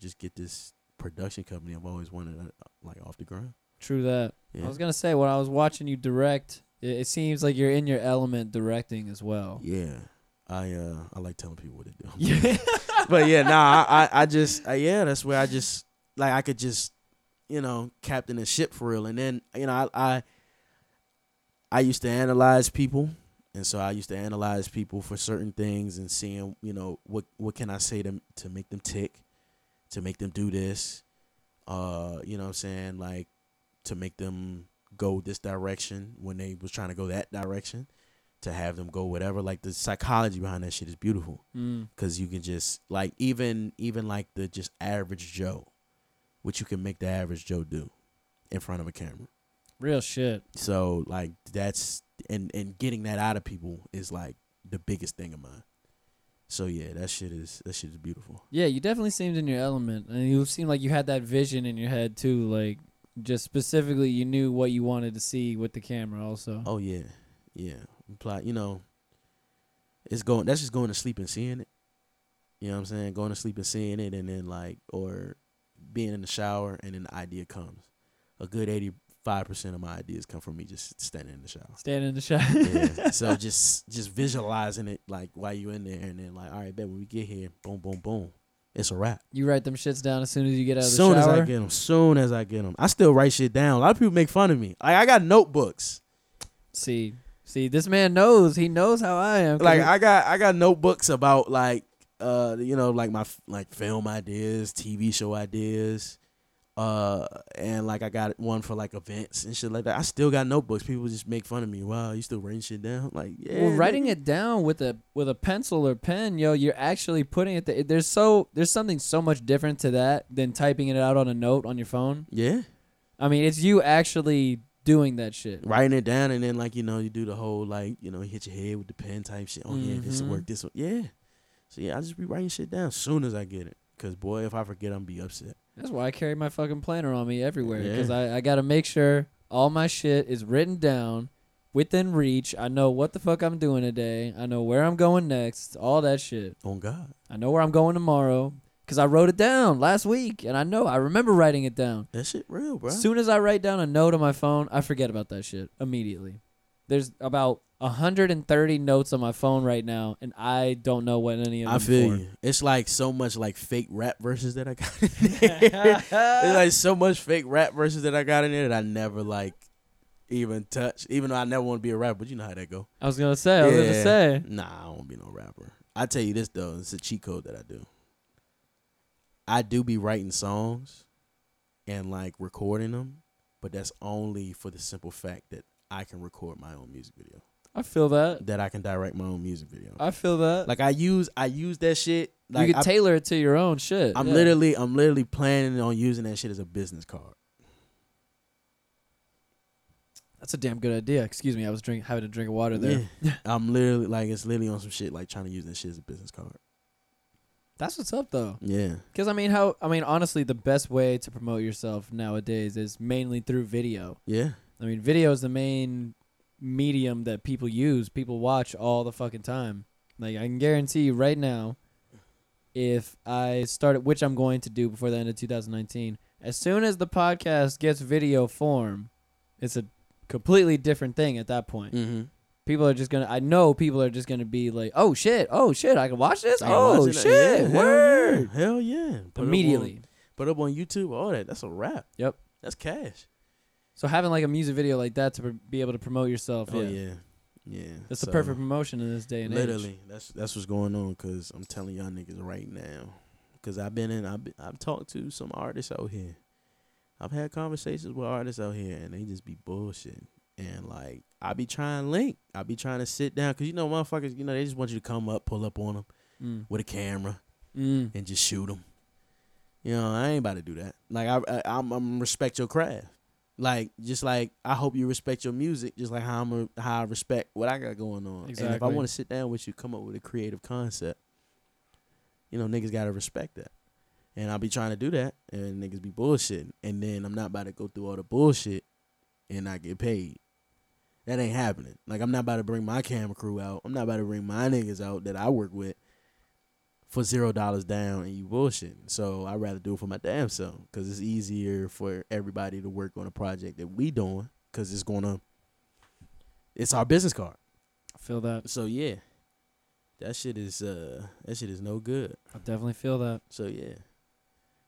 S3: just get this production company I've always wanted, uh, like off the ground.
S2: True that.
S3: Yeah.
S2: I was gonna say when I was watching you direct, it, it seems like you're in your element directing as well.
S3: yeah. I uh I like telling people what to do.
S2: Yeah.
S3: but yeah, nah, I, I, I just, I, yeah, that's where I just, like, I could just, you know, captain a ship for real. And then, you know, I, I, I used to analyze people, and so I used to analyze people for certain things and seeing, you know, what what can I say to to make them tick, to make them do this, uh, you know, what I'm saying like, to make them go this direction when they was trying to go that direction, to have them go whatever. Like the psychology behind that shit is beautiful
S2: mm,
S3: because you can just like even even like the just average joe what you can make the average joe do in front of a camera
S2: real shit.
S3: so like that's and and getting that out of people is like the biggest thing of mine so yeah that shit is that shit is beautiful
S2: Yeah, you definitely seemed in your element, and you seemed like you had that vision in your head too. Like just specifically, you knew what you wanted to see with the camera. Also,
S3: oh yeah yeah Imply, you know it's going that's just going to sleep and seeing it you know what i'm saying going to sleep and seeing it and then like or being in the shower and then the idea comes a good 85% of my ideas come from me just standing in the shower
S2: standing in the shot.
S3: yeah. So just just visualizing it like while you in there, and then like, all right, bet when we get here, boom, boom, boom, it's a wrap.
S2: you write them shits down as soon as you get out of the
S3: soon
S2: shower.
S3: as I get them, soon as I get them, I still write shit down. A lot of people make fun of me. Like I got notebooks.
S2: see, see, this man knows. He knows how I am. 'cause
S3: Like
S2: he-
S3: I got I got notebooks about like uh you know like my f- like film ideas, TV show ideas. Uh and like I got one for like events and shit like that. I still got notebooks. People just make fun of me. Wow, you still writing shit down? Like yeah.
S2: well, writing
S3: nigga.
S2: it down with a with a pencil or pen, yo, you're actually putting it. Th- there's so there's something so much different to that than typing it out on a note on your phone.
S3: Yeah.
S2: I mean, it's you actually doing that shit.
S3: writing it down and then like you know you do the whole like you know you hit your head with the pen type shit oh yeah this
S2: Mhm.
S3: will work this will yeah so yeah i just be writing shit down as soon as i get it because boy if i forget i'm be upset
S2: That's why I carry my fucking planner on me everywhere
S3: Yeah.
S2: because I I gotta make sure all my shit is written down within reach. I know what the fuck I'm doing today. I know where I'm going next. All that shit.
S3: on god
S2: I know where I'm going tomorrow because I wrote it down last week and I know I remember writing it down.
S3: that shit real bro
S2: As soon as I write down a note on my phone, I forget about that shit immediately. There's about 130 notes on my phone right now, and I don't know what any of them
S3: i feel
S2: for.
S3: you it's like so much like fake rap verses that i got in there it's like so much fake rap verses that i got in there that i never like even touch even though i never want to be a rapper but you know how that go
S2: I was gonna say, I was gonna
S3: Yeah.
S2: say,
S3: Nah, I don't be no rapper. I tell you this though, it's a cheat code that I do. I do be writing songs and like recording them, but that's only for the simple fact that I can record my own music video,
S2: I feel that.
S3: that I can direct my own music video.
S2: I feel that.
S3: Like I use I use that shit. Like
S2: Uh, you can
S3: I,
S2: tailor it to your own shit.
S3: I'm
S2: yeah.
S3: literally I'm literally planning on using that shit as a business card.
S2: That's a damn good idea. Excuse me, I was drink having a drink of water there.
S3: Yeah. I'm literally like it's literally on some shit like trying to use that shit as a business card.
S2: That's what's up though.
S3: Yeah.
S2: Because I mean, how I mean, honestly, the best way to promote yourself nowadays is mainly through video.
S3: Yeah.
S2: I mean, video is the main medium that people use. People watch all the fucking time. Like I can guarantee you right now, if I started, which I'm going to do before the end of 2019, as soon as the podcast gets video form, it's a completely different thing at that point.
S3: Mm-hmm.
S2: People are just gonna. I know people are just gonna be like, "Oh shit! Oh shit! I can watch this!
S3: I
S2: oh
S3: watch it,
S2: shit!
S3: yeah,
S2: Word!"
S3: Hell yeah. Hell yeah. Put up on-
S2: Immediately.
S3: put up on YouTube, all that. That's a wrap.
S2: Yep.
S3: That's cash.
S2: So having like a music video like that to pr- be able to promote yourself,
S3: Oh
S2: yeah.
S3: yeah. Yeah.
S2: that's
S3: So,
S2: the perfect promotion in this day and age.
S3: Literally. That's that's what's going on cuz I'm telling y'all niggas right now. Cuz I've been in I've been, I've talked to some artists out here. I've had conversations with artists out here and they just be bullshit. And like I be trying to link. I be trying to sit down cuz you know motherfuckers, you know they just want you to come up, pull up on them
S2: Mm.
S3: with a camera
S2: Mm.
S3: and just shoot them. You know, I ain't about to do that. Like I, I I'm, I'm respect your craft. Like just like I hope you respect your music, just like how I'm a, how I respect what I got going on. And if I
S2: Exactly.
S3: want to sit down with you, come up with a creative concept. You know, niggas gotta respect that. And I'll be trying to do that, and niggas be bullshitting, and then I'm not about to go through all the bullshit, and not get paid. That ain't happening. Like I'm not about to bring my camera crew out. I'm not about to bring my niggas out that I work with for zero dollars down and you bullshitting. So I'd rather do it for my damn self because it's easier for everybody to work on a project that we doing because it's gonna, it's our business card.
S2: I feel that.
S3: So yeah, that shit is uh that shit is no good.
S2: I definitely feel that.
S3: So yeah,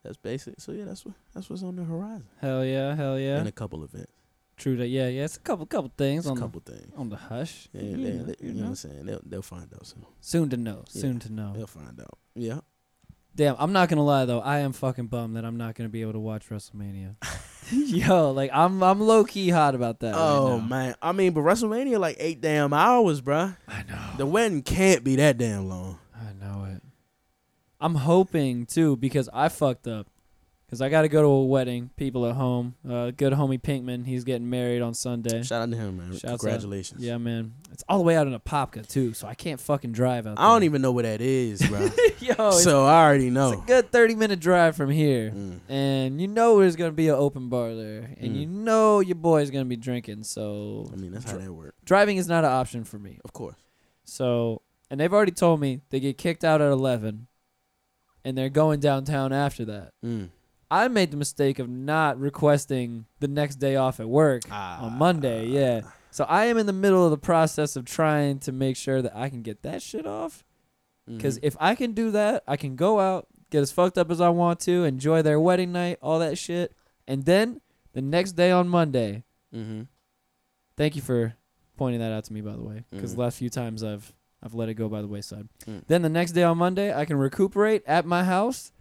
S3: that's basic. So yeah, that's what that's what's on the horizon.
S2: Hell yeah! Hell yeah!
S3: And a couple events,
S2: True that. Yeah, yeah. It's a couple, couple things
S3: it's a
S2: on
S3: couple things.
S2: the on the hush.
S3: Yeah,
S2: You
S3: they-
S2: know,
S3: they-
S2: you
S3: you know what
S2: know.
S3: I'm saying? They'll they'll find out soon.
S2: Soon to know.
S3: Yeah.
S2: Soon to know.
S3: They'll find out. Yeah.
S2: Damn, I'm not gonna lie though. I am fucking bummed that I'm not gonna be able to watch WrestleMania. Yo, like I'm I'm low key hot about that. right
S3: Oh
S2: now.
S3: man, I mean, but WrestleMania like eight damn hours, bruh.
S2: I know.
S3: The wedding can't be that damn long.
S2: I know it. I'm hoping too because I fucked up. Cause I got to go to a wedding. People at home. Uh, good homie Pinkman. He's getting married on Sunday.
S3: Shout out to him, man.
S2: Shouts out.
S3: Congratulations.
S2: Yeah, man. It's all the way out in Apopka too, so I can't fucking drive out.
S3: I don't
S2: there.
S3: even know what that is, bro.
S2: Yo, Oh, it's,
S3: so I already
S2: it's a
S3: know.
S2: good 30 minute drive from here,
S3: Mm.
S2: and you know there's gonna be an open bar there, and
S3: Mm.
S2: you know your boy's gonna be drinking. So
S3: I mean, that's how that works.
S2: driving is not an option for me.
S3: Of course.
S2: So, and they've already told me they get kicked out at 11 and they're going downtown after that.
S3: Mm.
S2: I made the mistake of not requesting the next day off at work
S3: Ah.
S2: on Monday. Yeah. So I am in the middle of the process of trying to make sure that I can get that shit off. Because
S3: Mhm.
S2: if I can do that, I can go out, get as fucked up as I want to, enjoy their wedding night, all that shit. And then the next day on Monday,
S3: Mhm.
S2: Thank you for pointing that out to me, by the way, because
S3: Mhm.
S2: the last few times I've I've let it go by the wayside.
S3: Mm.
S2: Then the next day on Monday, I can recuperate at my house,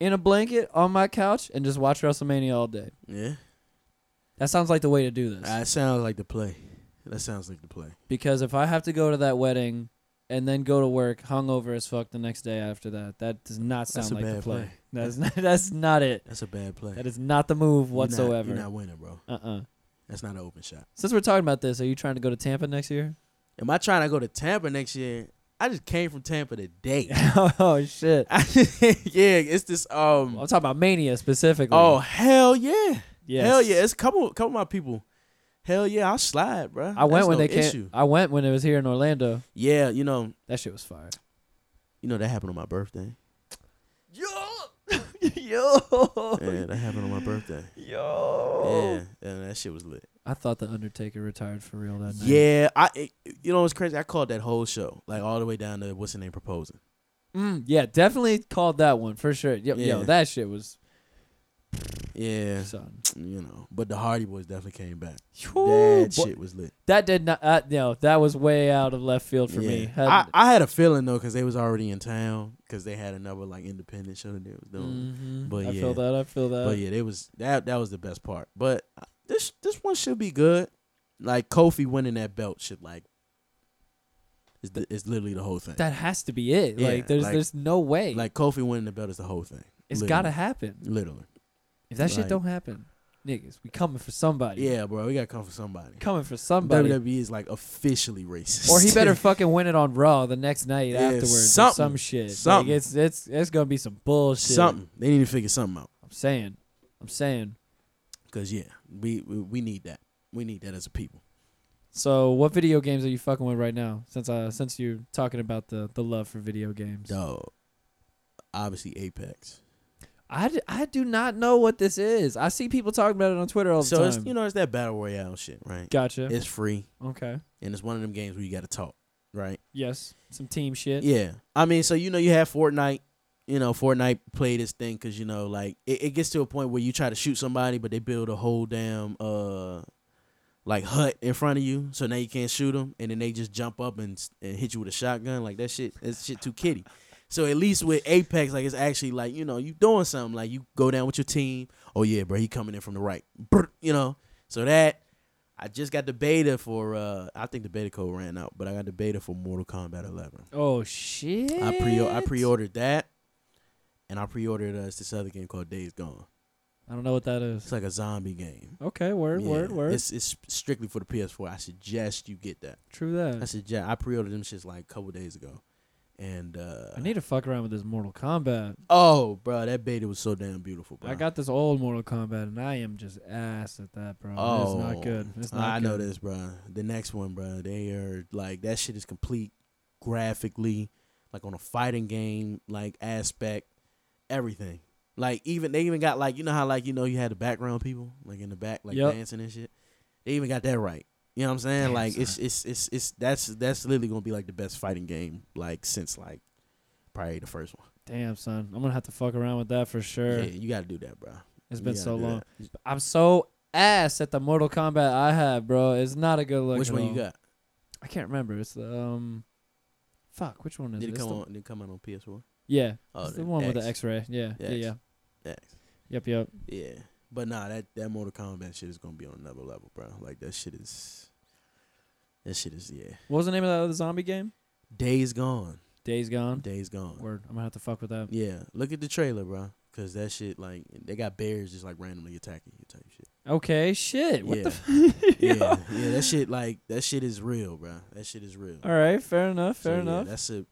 S2: in a blanket on my couch, and just watch WrestleMania all day.
S3: yeah,
S2: That sounds like the way to do this.
S3: that sounds like the play. That sounds like the play.
S2: because if I have to go to that wedding and then go to work hungover as fuck the next day after that, that does not sound
S3: That's a
S2: like the
S3: bad
S2: play.
S3: play.
S2: That's not, that's not it.
S3: That's a bad play.
S2: That is not the move
S3: You're not-
S2: whatsoever.
S3: You're not, winning, bro.
S2: uh uh
S3: That's not an open shot.
S2: Since we're talking about this, are you trying to go to Tampa next year?
S3: Am I trying to go to Tampa next year? I just came from Tampa today.
S2: oh shit!
S3: I- yeah, it's this.
S2: I'm
S3: Um.
S2: talking about Mania specifically.
S3: Oh hell yeah.
S2: Yes.
S3: Hell yeah. It's a couple. Couple of my people. Hell yeah. I'll slide, bro.
S2: I went
S3: That's
S2: when
S3: no
S2: they came.
S3: issue.
S2: I went when it was here in Orlando.
S3: Yeah, you know,
S2: That shit was fire.
S3: you know that happened on my birthday.
S2: Yo, yo,
S3: Yeah, that happened on my birthday.
S2: yo. Oh.
S3: Yeah, yeah, that shit was lit.
S2: I thought the Undertaker retired for real that night.
S3: Yeah, I it, you know what's crazy? I called that whole show like all the way down to what's the name proposing.
S2: Mm, yeah, definitely called that one for sure. Yo, yo
S3: Yeah.
S2: that shit was
S3: Yeah,
S2: son.
S3: you know, but the Hardy Boys definitely came back.
S2: Whew,
S3: that
S2: boy-
S3: shit was lit.
S2: That did not. Uh, no, that was way out of left field for
S3: yeah.
S2: me. Had-
S3: I, I had a feeling though because they was already in town because they had another like independent show that they was doing.
S2: Mhm.
S3: Mm-hmm. but
S2: I
S3: yeah.
S2: feel that. I feel that.
S3: But yeah, they was that that was the best part. But this this one should be good. Like Kofi winning that belt should like is the, is literally the whole thing.
S2: That has to be it.
S3: Yeah,
S2: like there's
S3: like-
S2: there's no way. Like
S3: Like Kofi winning the belt is the whole thing.
S2: it's
S3: literally.
S2: gotta happen.
S3: Literally.
S2: If that shit
S3: like-
S2: don't happen, niggas, we coming for somebody.
S3: Yeah, bro, we gotta come for somebody.
S2: coming for somebody.
S3: WWE is like officially racist.
S2: or he better fucking win it on Raw the next night
S3: E Yeah,
S2: afterwards. or
S3: something,
S2: some shit.
S3: something.
S2: Like it's it's it's gonna be some bullshit.
S3: something. They need to figure something out.
S2: I'm saying. I'm saying.
S3: Cause yeah, we, we we need that. We need that as a people.
S2: So what video games are you fucking with right now? Since uh since you're talking about the the love for video games.
S3: Dog. Obviously Apex.
S2: I, d- I do not know what this is. I see people talking about it on Twitter all the
S3: so
S2: time.
S3: it's you know, it's that battle royale shit, right?
S2: gotcha.
S3: It's free.
S2: okay.
S3: And it's one of them games where you gotta talk, right?
S2: Yes. Some team shit.
S3: Yeah. I mean, so you know, you have Fortnite. You know, Fortnite play this thing because you know, like it, it gets to a point where you try to shoot somebody, but they build a whole damn uh like hut in front of you, so now you can't shoot them, and then they just jump up and s- and hit you with a shotgun. Like that shit, that's shit too kitty. So at least with Apex, like it's actually like you know you doing something. Like you go down with your team. Oh yeah, bro, he coming in from the right. Brr, You know, so that I just got the beta for. uh I think the beta code ran out, but I got the beta for Mortal Kombat 11.
S2: Oh shit.
S3: I pre I pre ordered that, and I pre ordered uh, this other game called Days Gone.
S2: I don't know what that is.
S3: It's like a zombie game.
S2: Okay. Oh, Word.
S3: Yeah.
S2: Word. Word.
S3: It's it's strictly for the PS4. I suggest you get that.
S2: True that.
S3: I suggest I pre ordered them shits like a couple days ago, and uh,
S2: I need to fuck around with this Mortal Kombat.
S3: oh bro, that beta was so damn beautiful. Bro.
S2: I got this old Mortal Kombat, and I am just ass at that, bro.
S3: oh
S2: it's not good. It's not
S3: I
S2: good.
S3: know this, bro. The next one, bro. They are like that shit is complete graphically, like on a fighting game like aspect, everything. Like even they even got like you know how like you know you had the background people like in the back like
S2: Yep.
S3: dancing and shit. They even got that right. You know what I'm saying?
S2: Damn,
S3: like
S2: son.
S3: it's it's it's it's that's that's literally gonna be like the best fighting game like since like probably the first one.
S2: Damn, son. I'm gonna have to fuck around with that for sure.
S3: Yeah, you got to do that, bro.
S2: It's
S3: You
S2: been
S3: gotta
S2: so
S3: do
S2: long.
S3: that.
S2: I'm so ass at the Mortal Kombat I have, bro. It's not a good look. um,
S3: Which
S2: at
S3: one you
S2: all.
S3: got?
S2: I can't remember. It's the um, fuck. Which one is
S3: Did it
S2: It's
S3: come
S2: the-
S3: on? Did it come out on PS4?
S2: Yeah,
S3: Oh,
S2: it's the
S3: then
S2: one with
S3: X.
S2: the X-ray. Yeah, yeah,
S3: X.
S2: yeah.
S3: X.
S2: Yep, yep.
S3: Yeah. But nah, that, that Mortal Kombat shit is gonna be on another level, bro. Like that shit is that shit is yeah.
S2: What was the name of that other zombie game?
S3: Days gone.
S2: Days Gone.
S3: Days gone.
S2: Word. I'm gonna have to fuck with that.
S3: Yeah. Look at the trailer, bro. Cause that shit like they got bears just like randomly attacking you type shit.
S2: Okay, shit. What
S3: yeah.
S2: the?
S3: yeah. Yeah, that shit like that shit is real, bro. That shit is real.
S2: All right, fair enough,
S3: So,
S2: fair
S3: yeah,
S2: enough.
S3: that's it.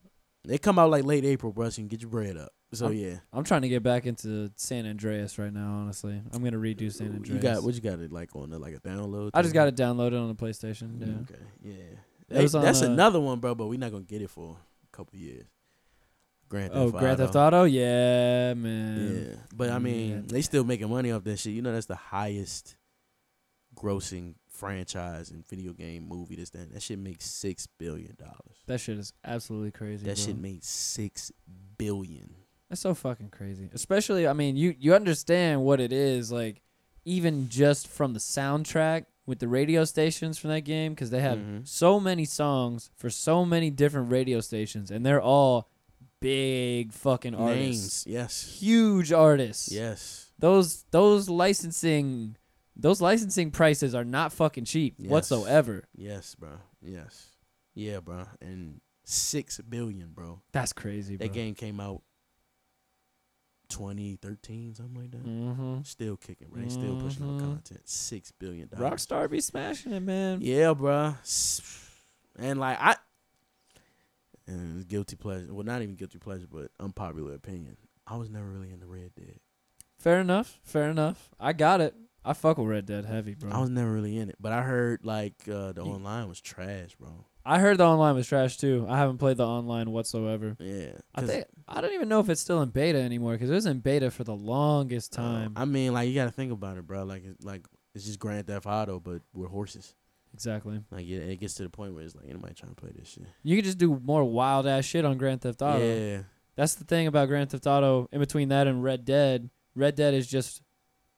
S3: They come out like late April, bro, so you can get your bread up. So
S2: I'm-
S3: yeah.
S2: I'm trying to get back into San Andreas right now. Honestly, I'm gonna redo San Andreas.
S3: You got what you got it like on the, like a download?
S2: I just
S3: thing?
S2: got it downloaded on the PlayStation. Yeah.
S3: Okay. Yeah. Hey,
S2: was on,
S3: that's
S2: uh,
S3: another one, bro, but we're not gonna get it for a couple years. Grand Theft
S2: Oh, Grand
S3: Auto.
S2: Theft Auto. Yeah, man.
S3: Yeah. But I mean,
S2: Yeah.
S3: they still making money off that shit. You know that's the highest grossing franchise in video game movie this thing. That shit makes six billion dollars.
S2: That shit is absolutely crazy.
S3: That
S2: bro.
S3: shit made six billion.
S2: That's so fucking crazy. Especially, I mean, you you understand what it is like, even just from the soundtrack with the radio stations from that game, because they have
S3: Mhm.
S2: so many songs for so many different radio stations, and they're all big fucking artists,
S3: Names. Yes.
S2: huge artists.
S3: Yes.
S2: Those those licensing those licensing prices are not fucking cheap
S3: Yes.
S2: whatsoever.
S3: Yes, bro. Yes. Yeah, bro. And six billion, bro.
S2: That's crazy, bro.
S3: That game came out 2013, something like that.
S2: Mm-hmm.
S3: Still kicking, right? Still pushing
S2: Mhm.
S3: out content. Six billion dollars.
S2: Rockstar be smashing it, man.
S3: Yeah, bruh. S- And like I, and it's guilty pleasure. Well, not even guilty pleasure, but unpopular opinion. I was never really into Red Dead.
S2: Fair enough. Fair enough. I got it. I fuck with Red Dead Heavy, bro.
S3: I was never really in it, but I heard like uh, the
S2: Mm. You-
S3: online was trash, bro.
S2: I heard the online was trash too. I haven't played the online whatsoever.
S3: Yeah,
S2: I
S3: 'cause,
S2: think I don't even know if it's still in beta anymore because it was in beta for the longest
S3: uh,
S2: time.
S3: I mean, like you got to think about it, bro. Like, it's like it's just Grand Theft Auto, but with horses.
S2: exactly.
S3: Like, it, it gets to the point where it's like anybody trying to play this shit.
S2: You can just do more wild ass shit on Grand Theft Auto.
S3: Yeah,
S2: That's the thing about Grand Theft Auto. In between that and Red Dead, Red Dead is just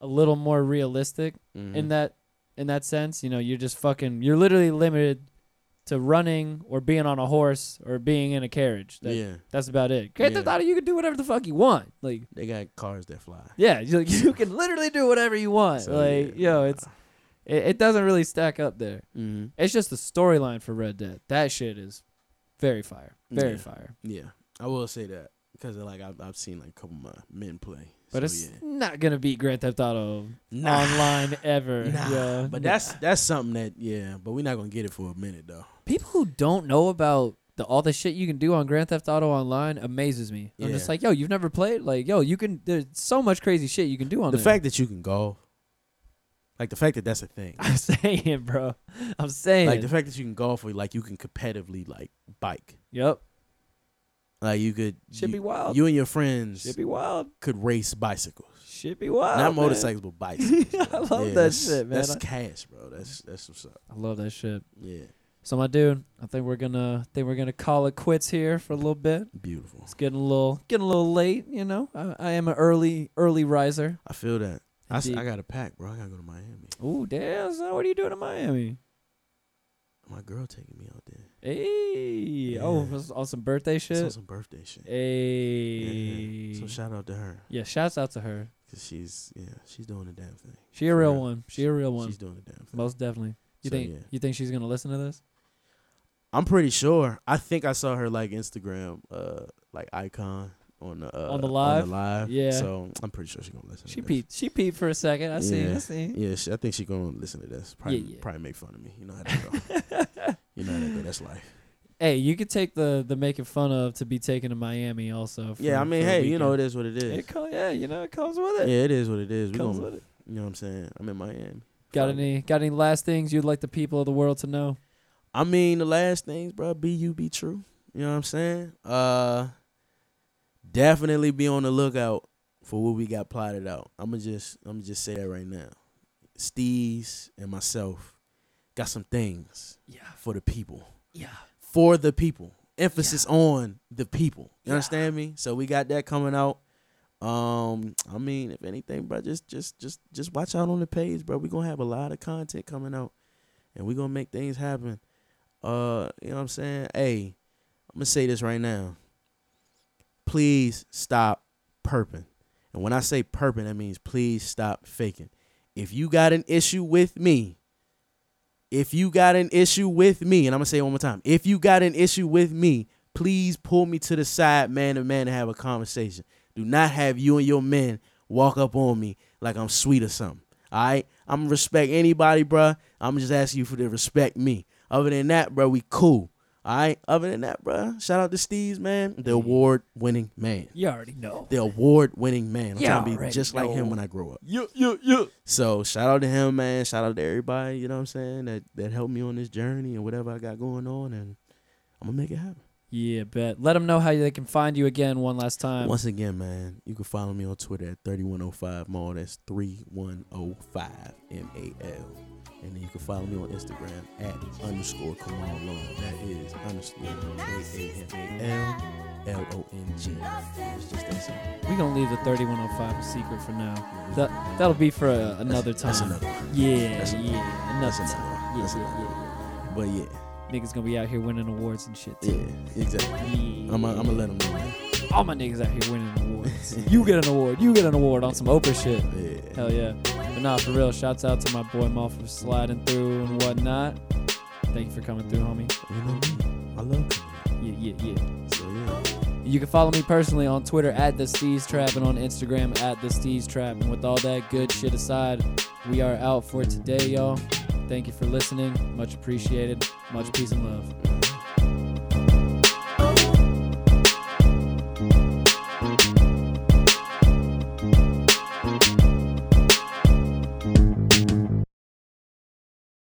S2: a little more realistic in
S3: Mhm.
S2: that in that sense. You know, you're just fucking. You're literally limited to running or being on a horse or being in a carriage. That,
S3: yeah,
S2: That's about it. Grand Theft
S3: Yeah.
S2: Auto, you can do whatever the fuck you want. Like,
S3: they got cars that fly.
S2: yeah, you, you can literally do whatever you want.
S3: So,
S2: like,
S3: yeah,
S2: yo,
S3: nah.
S2: it's It, it doesn't really stack up there.
S3: Mm-hmm.
S2: It's just the storyline for Red Dead. That shit is very fire. Very
S3: Yeah.
S2: fire.
S3: Yeah, I will say that because like I've, I've seen like a couple of my men play.
S2: But
S3: so,
S2: it's
S3: yeah.
S2: not gonna beat Grand Theft Auto
S3: Nah.
S2: online ever.
S3: Nah,
S2: yo.
S3: but
S2: Nah.
S3: that's that's something that yeah. But we're not gonna get it for a minute though.
S2: people who don't know about the all the shit you can do on Grand Theft Auto online amazes me. I'm just
S3: Yeah.
S2: like, yo, you've never played? Like, yo, you can. There's so much crazy shit you can do on
S3: the
S2: there.
S3: fact that you can golf, like the fact that that's a thing,
S2: I'm saying, bro. I'm saying.
S3: like the fact that you can golf or like you can competitively like bike,
S2: yep.
S3: like you could
S2: Should be
S3: you,
S2: wild.
S3: you and your friends
S2: Should be wild.
S3: could race bicycles,
S2: Should be wild.
S3: not
S2: man.
S3: motorcycles but bicycles.
S2: I love that
S3: that's-
S2: shit, man.
S3: That's
S2: I-
S3: cash, bro. That's that's what's up.
S2: I love that shit.
S3: Yeah,
S2: So, my dude, I think we're gonna think we're gonna call it quits here for a little bit.
S3: beautiful.
S2: It's getting a little getting a little late, you know. I, I am an early early riser.
S3: I feel that. I, s-
S2: Indeed.
S3: I got a pack, bro. I gotta go to Miami.
S2: Ooh, damn! Son, what are you doing in Miami?
S3: My girl taking me out there.
S2: Hey, oh,
S3: Yeah.
S2: was on some birthday
S3: It's on
S2: shit.
S3: some birthday shit.
S2: Hey,
S3: Yeah, yeah. So shout out to her
S2: yeah, shouts out to her.
S3: because she's yeah she's doing the damn thing.
S2: She a
S3: For
S2: real
S3: real.
S2: one. She a real one.
S3: She's doing the damn thing.
S2: Most definitely. You
S3: So,
S2: think
S3: yeah.
S2: you think she's gonna listen to this?
S3: I'm pretty sure. I think I saw her like Instagram, uh, like icon on the uh,
S2: On the live?
S3: On the live.
S2: Yeah.
S3: So I'm pretty sure she's gonna listen.
S2: She
S3: to
S2: peeped. She peeped for a second. I see. I
S3: Yeah.
S2: see.
S3: This. Yeah, she, I think she's gonna listen to this. Probably,
S2: yeah.
S3: probably make fun of me. You know how that go. you know how that go. That's life.
S2: Hey, you could take the the making fun of to be taken to Miami also. For,
S3: yeah, I mean,
S2: for a
S3: hey, you know it
S2: weekend.
S3: is what it is.
S2: It co- yeah, you know it comes with it.
S3: yeah, it is what it is. We
S2: comes
S3: gonna,
S2: with it.
S3: you know what I'm saying. I'm in Miami.
S2: Got
S3: Fuck.
S2: any got any last things you'd like the people of the world to know?
S3: I mean, the last things, bro, be you, be true. You know what I'm saying? Uh, definitely be on the lookout for what we got plotted out. I'm gonna just, I'm gonna just say that right now. Steez and myself got some things
S2: Yeah,
S3: for the people,
S2: yeah.
S3: for the people. Emphasis on the people. You understand me? So we got that coming out. Um, I mean, if anything, bro, just, just, just, just watch out on the page, bro. We gonna have a lot of content coming out, and we gonna make things happen. Uh, you know what I'm saying? Hey, I'm gonna say this right now. Please stop perping. And when I say perping, that means please stop faking. If you got an issue with me, if you got an issue with me, and I'm gonna say it one more time, if you got an issue with me, please pull me to the side, man to man, and have a conversation. Do not have you and your men walk up on me like I'm sweet or something. All right, I'm gonna respect anybody, bruh. I'm just asking you for to respect me. Other than that, bruh, we cool. All right. Other than that, bruh, shout out to Steve's man, the award-winning man
S2: You already know.
S3: the award winning man. I'm
S2: Yeah,
S3: trying to be
S2: already
S3: just like him
S2: know.
S3: when I grow up.
S2: You you you.
S3: So shout out to him, man. Shout out to everybody, you know what I'm saying, that, that helped me on this journey and whatever I got going on and I'm gonna make it happen.
S2: Yeah, bet. Let them know how they can find you again one last time.
S3: Once again, man, you can follow me on Twitter at 3105 Mall. That's 3105 M A L. And then you can follow me on Instagram at underscore Kamal Long. That is underscore K A M A L L O N G. It's just that simple.
S2: We're gonna leave the 3105 a secret for now. That that'll be for uh, another time.
S3: That's another one.
S2: Yeah,
S3: That's
S2: yeah,
S3: another-
S2: another
S3: That's another
S2: time.
S3: one.
S2: Yeah,
S3: That's
S2: yeah,
S3: another
S2: yeah.
S3: one. But yeah.
S2: Niggas gonna be out here winning awards and shit
S3: Yeah,
S2: too.
S3: exactly.
S2: Yeah.
S3: I'm gonna let him know.
S2: All my niggas out here winning awards. you get an award. You get an award on some Oprah shit.
S3: Yeah.
S2: Hell yeah. But nah, for real. Shouts out to my boy Mo for sliding through and whatnot. Thank you for coming through, homie.
S3: You know me. I love him.
S2: Yeah, yeah, yeah.
S3: So yeah.
S2: You can follow me personally on Twitter at the Steez Trap and on Instagram at the Steez Trap. And with all that good shit aside, we are out for today, y'all. Thank you for listening. Much appreciated. Much peace and love.
S3: Mhm.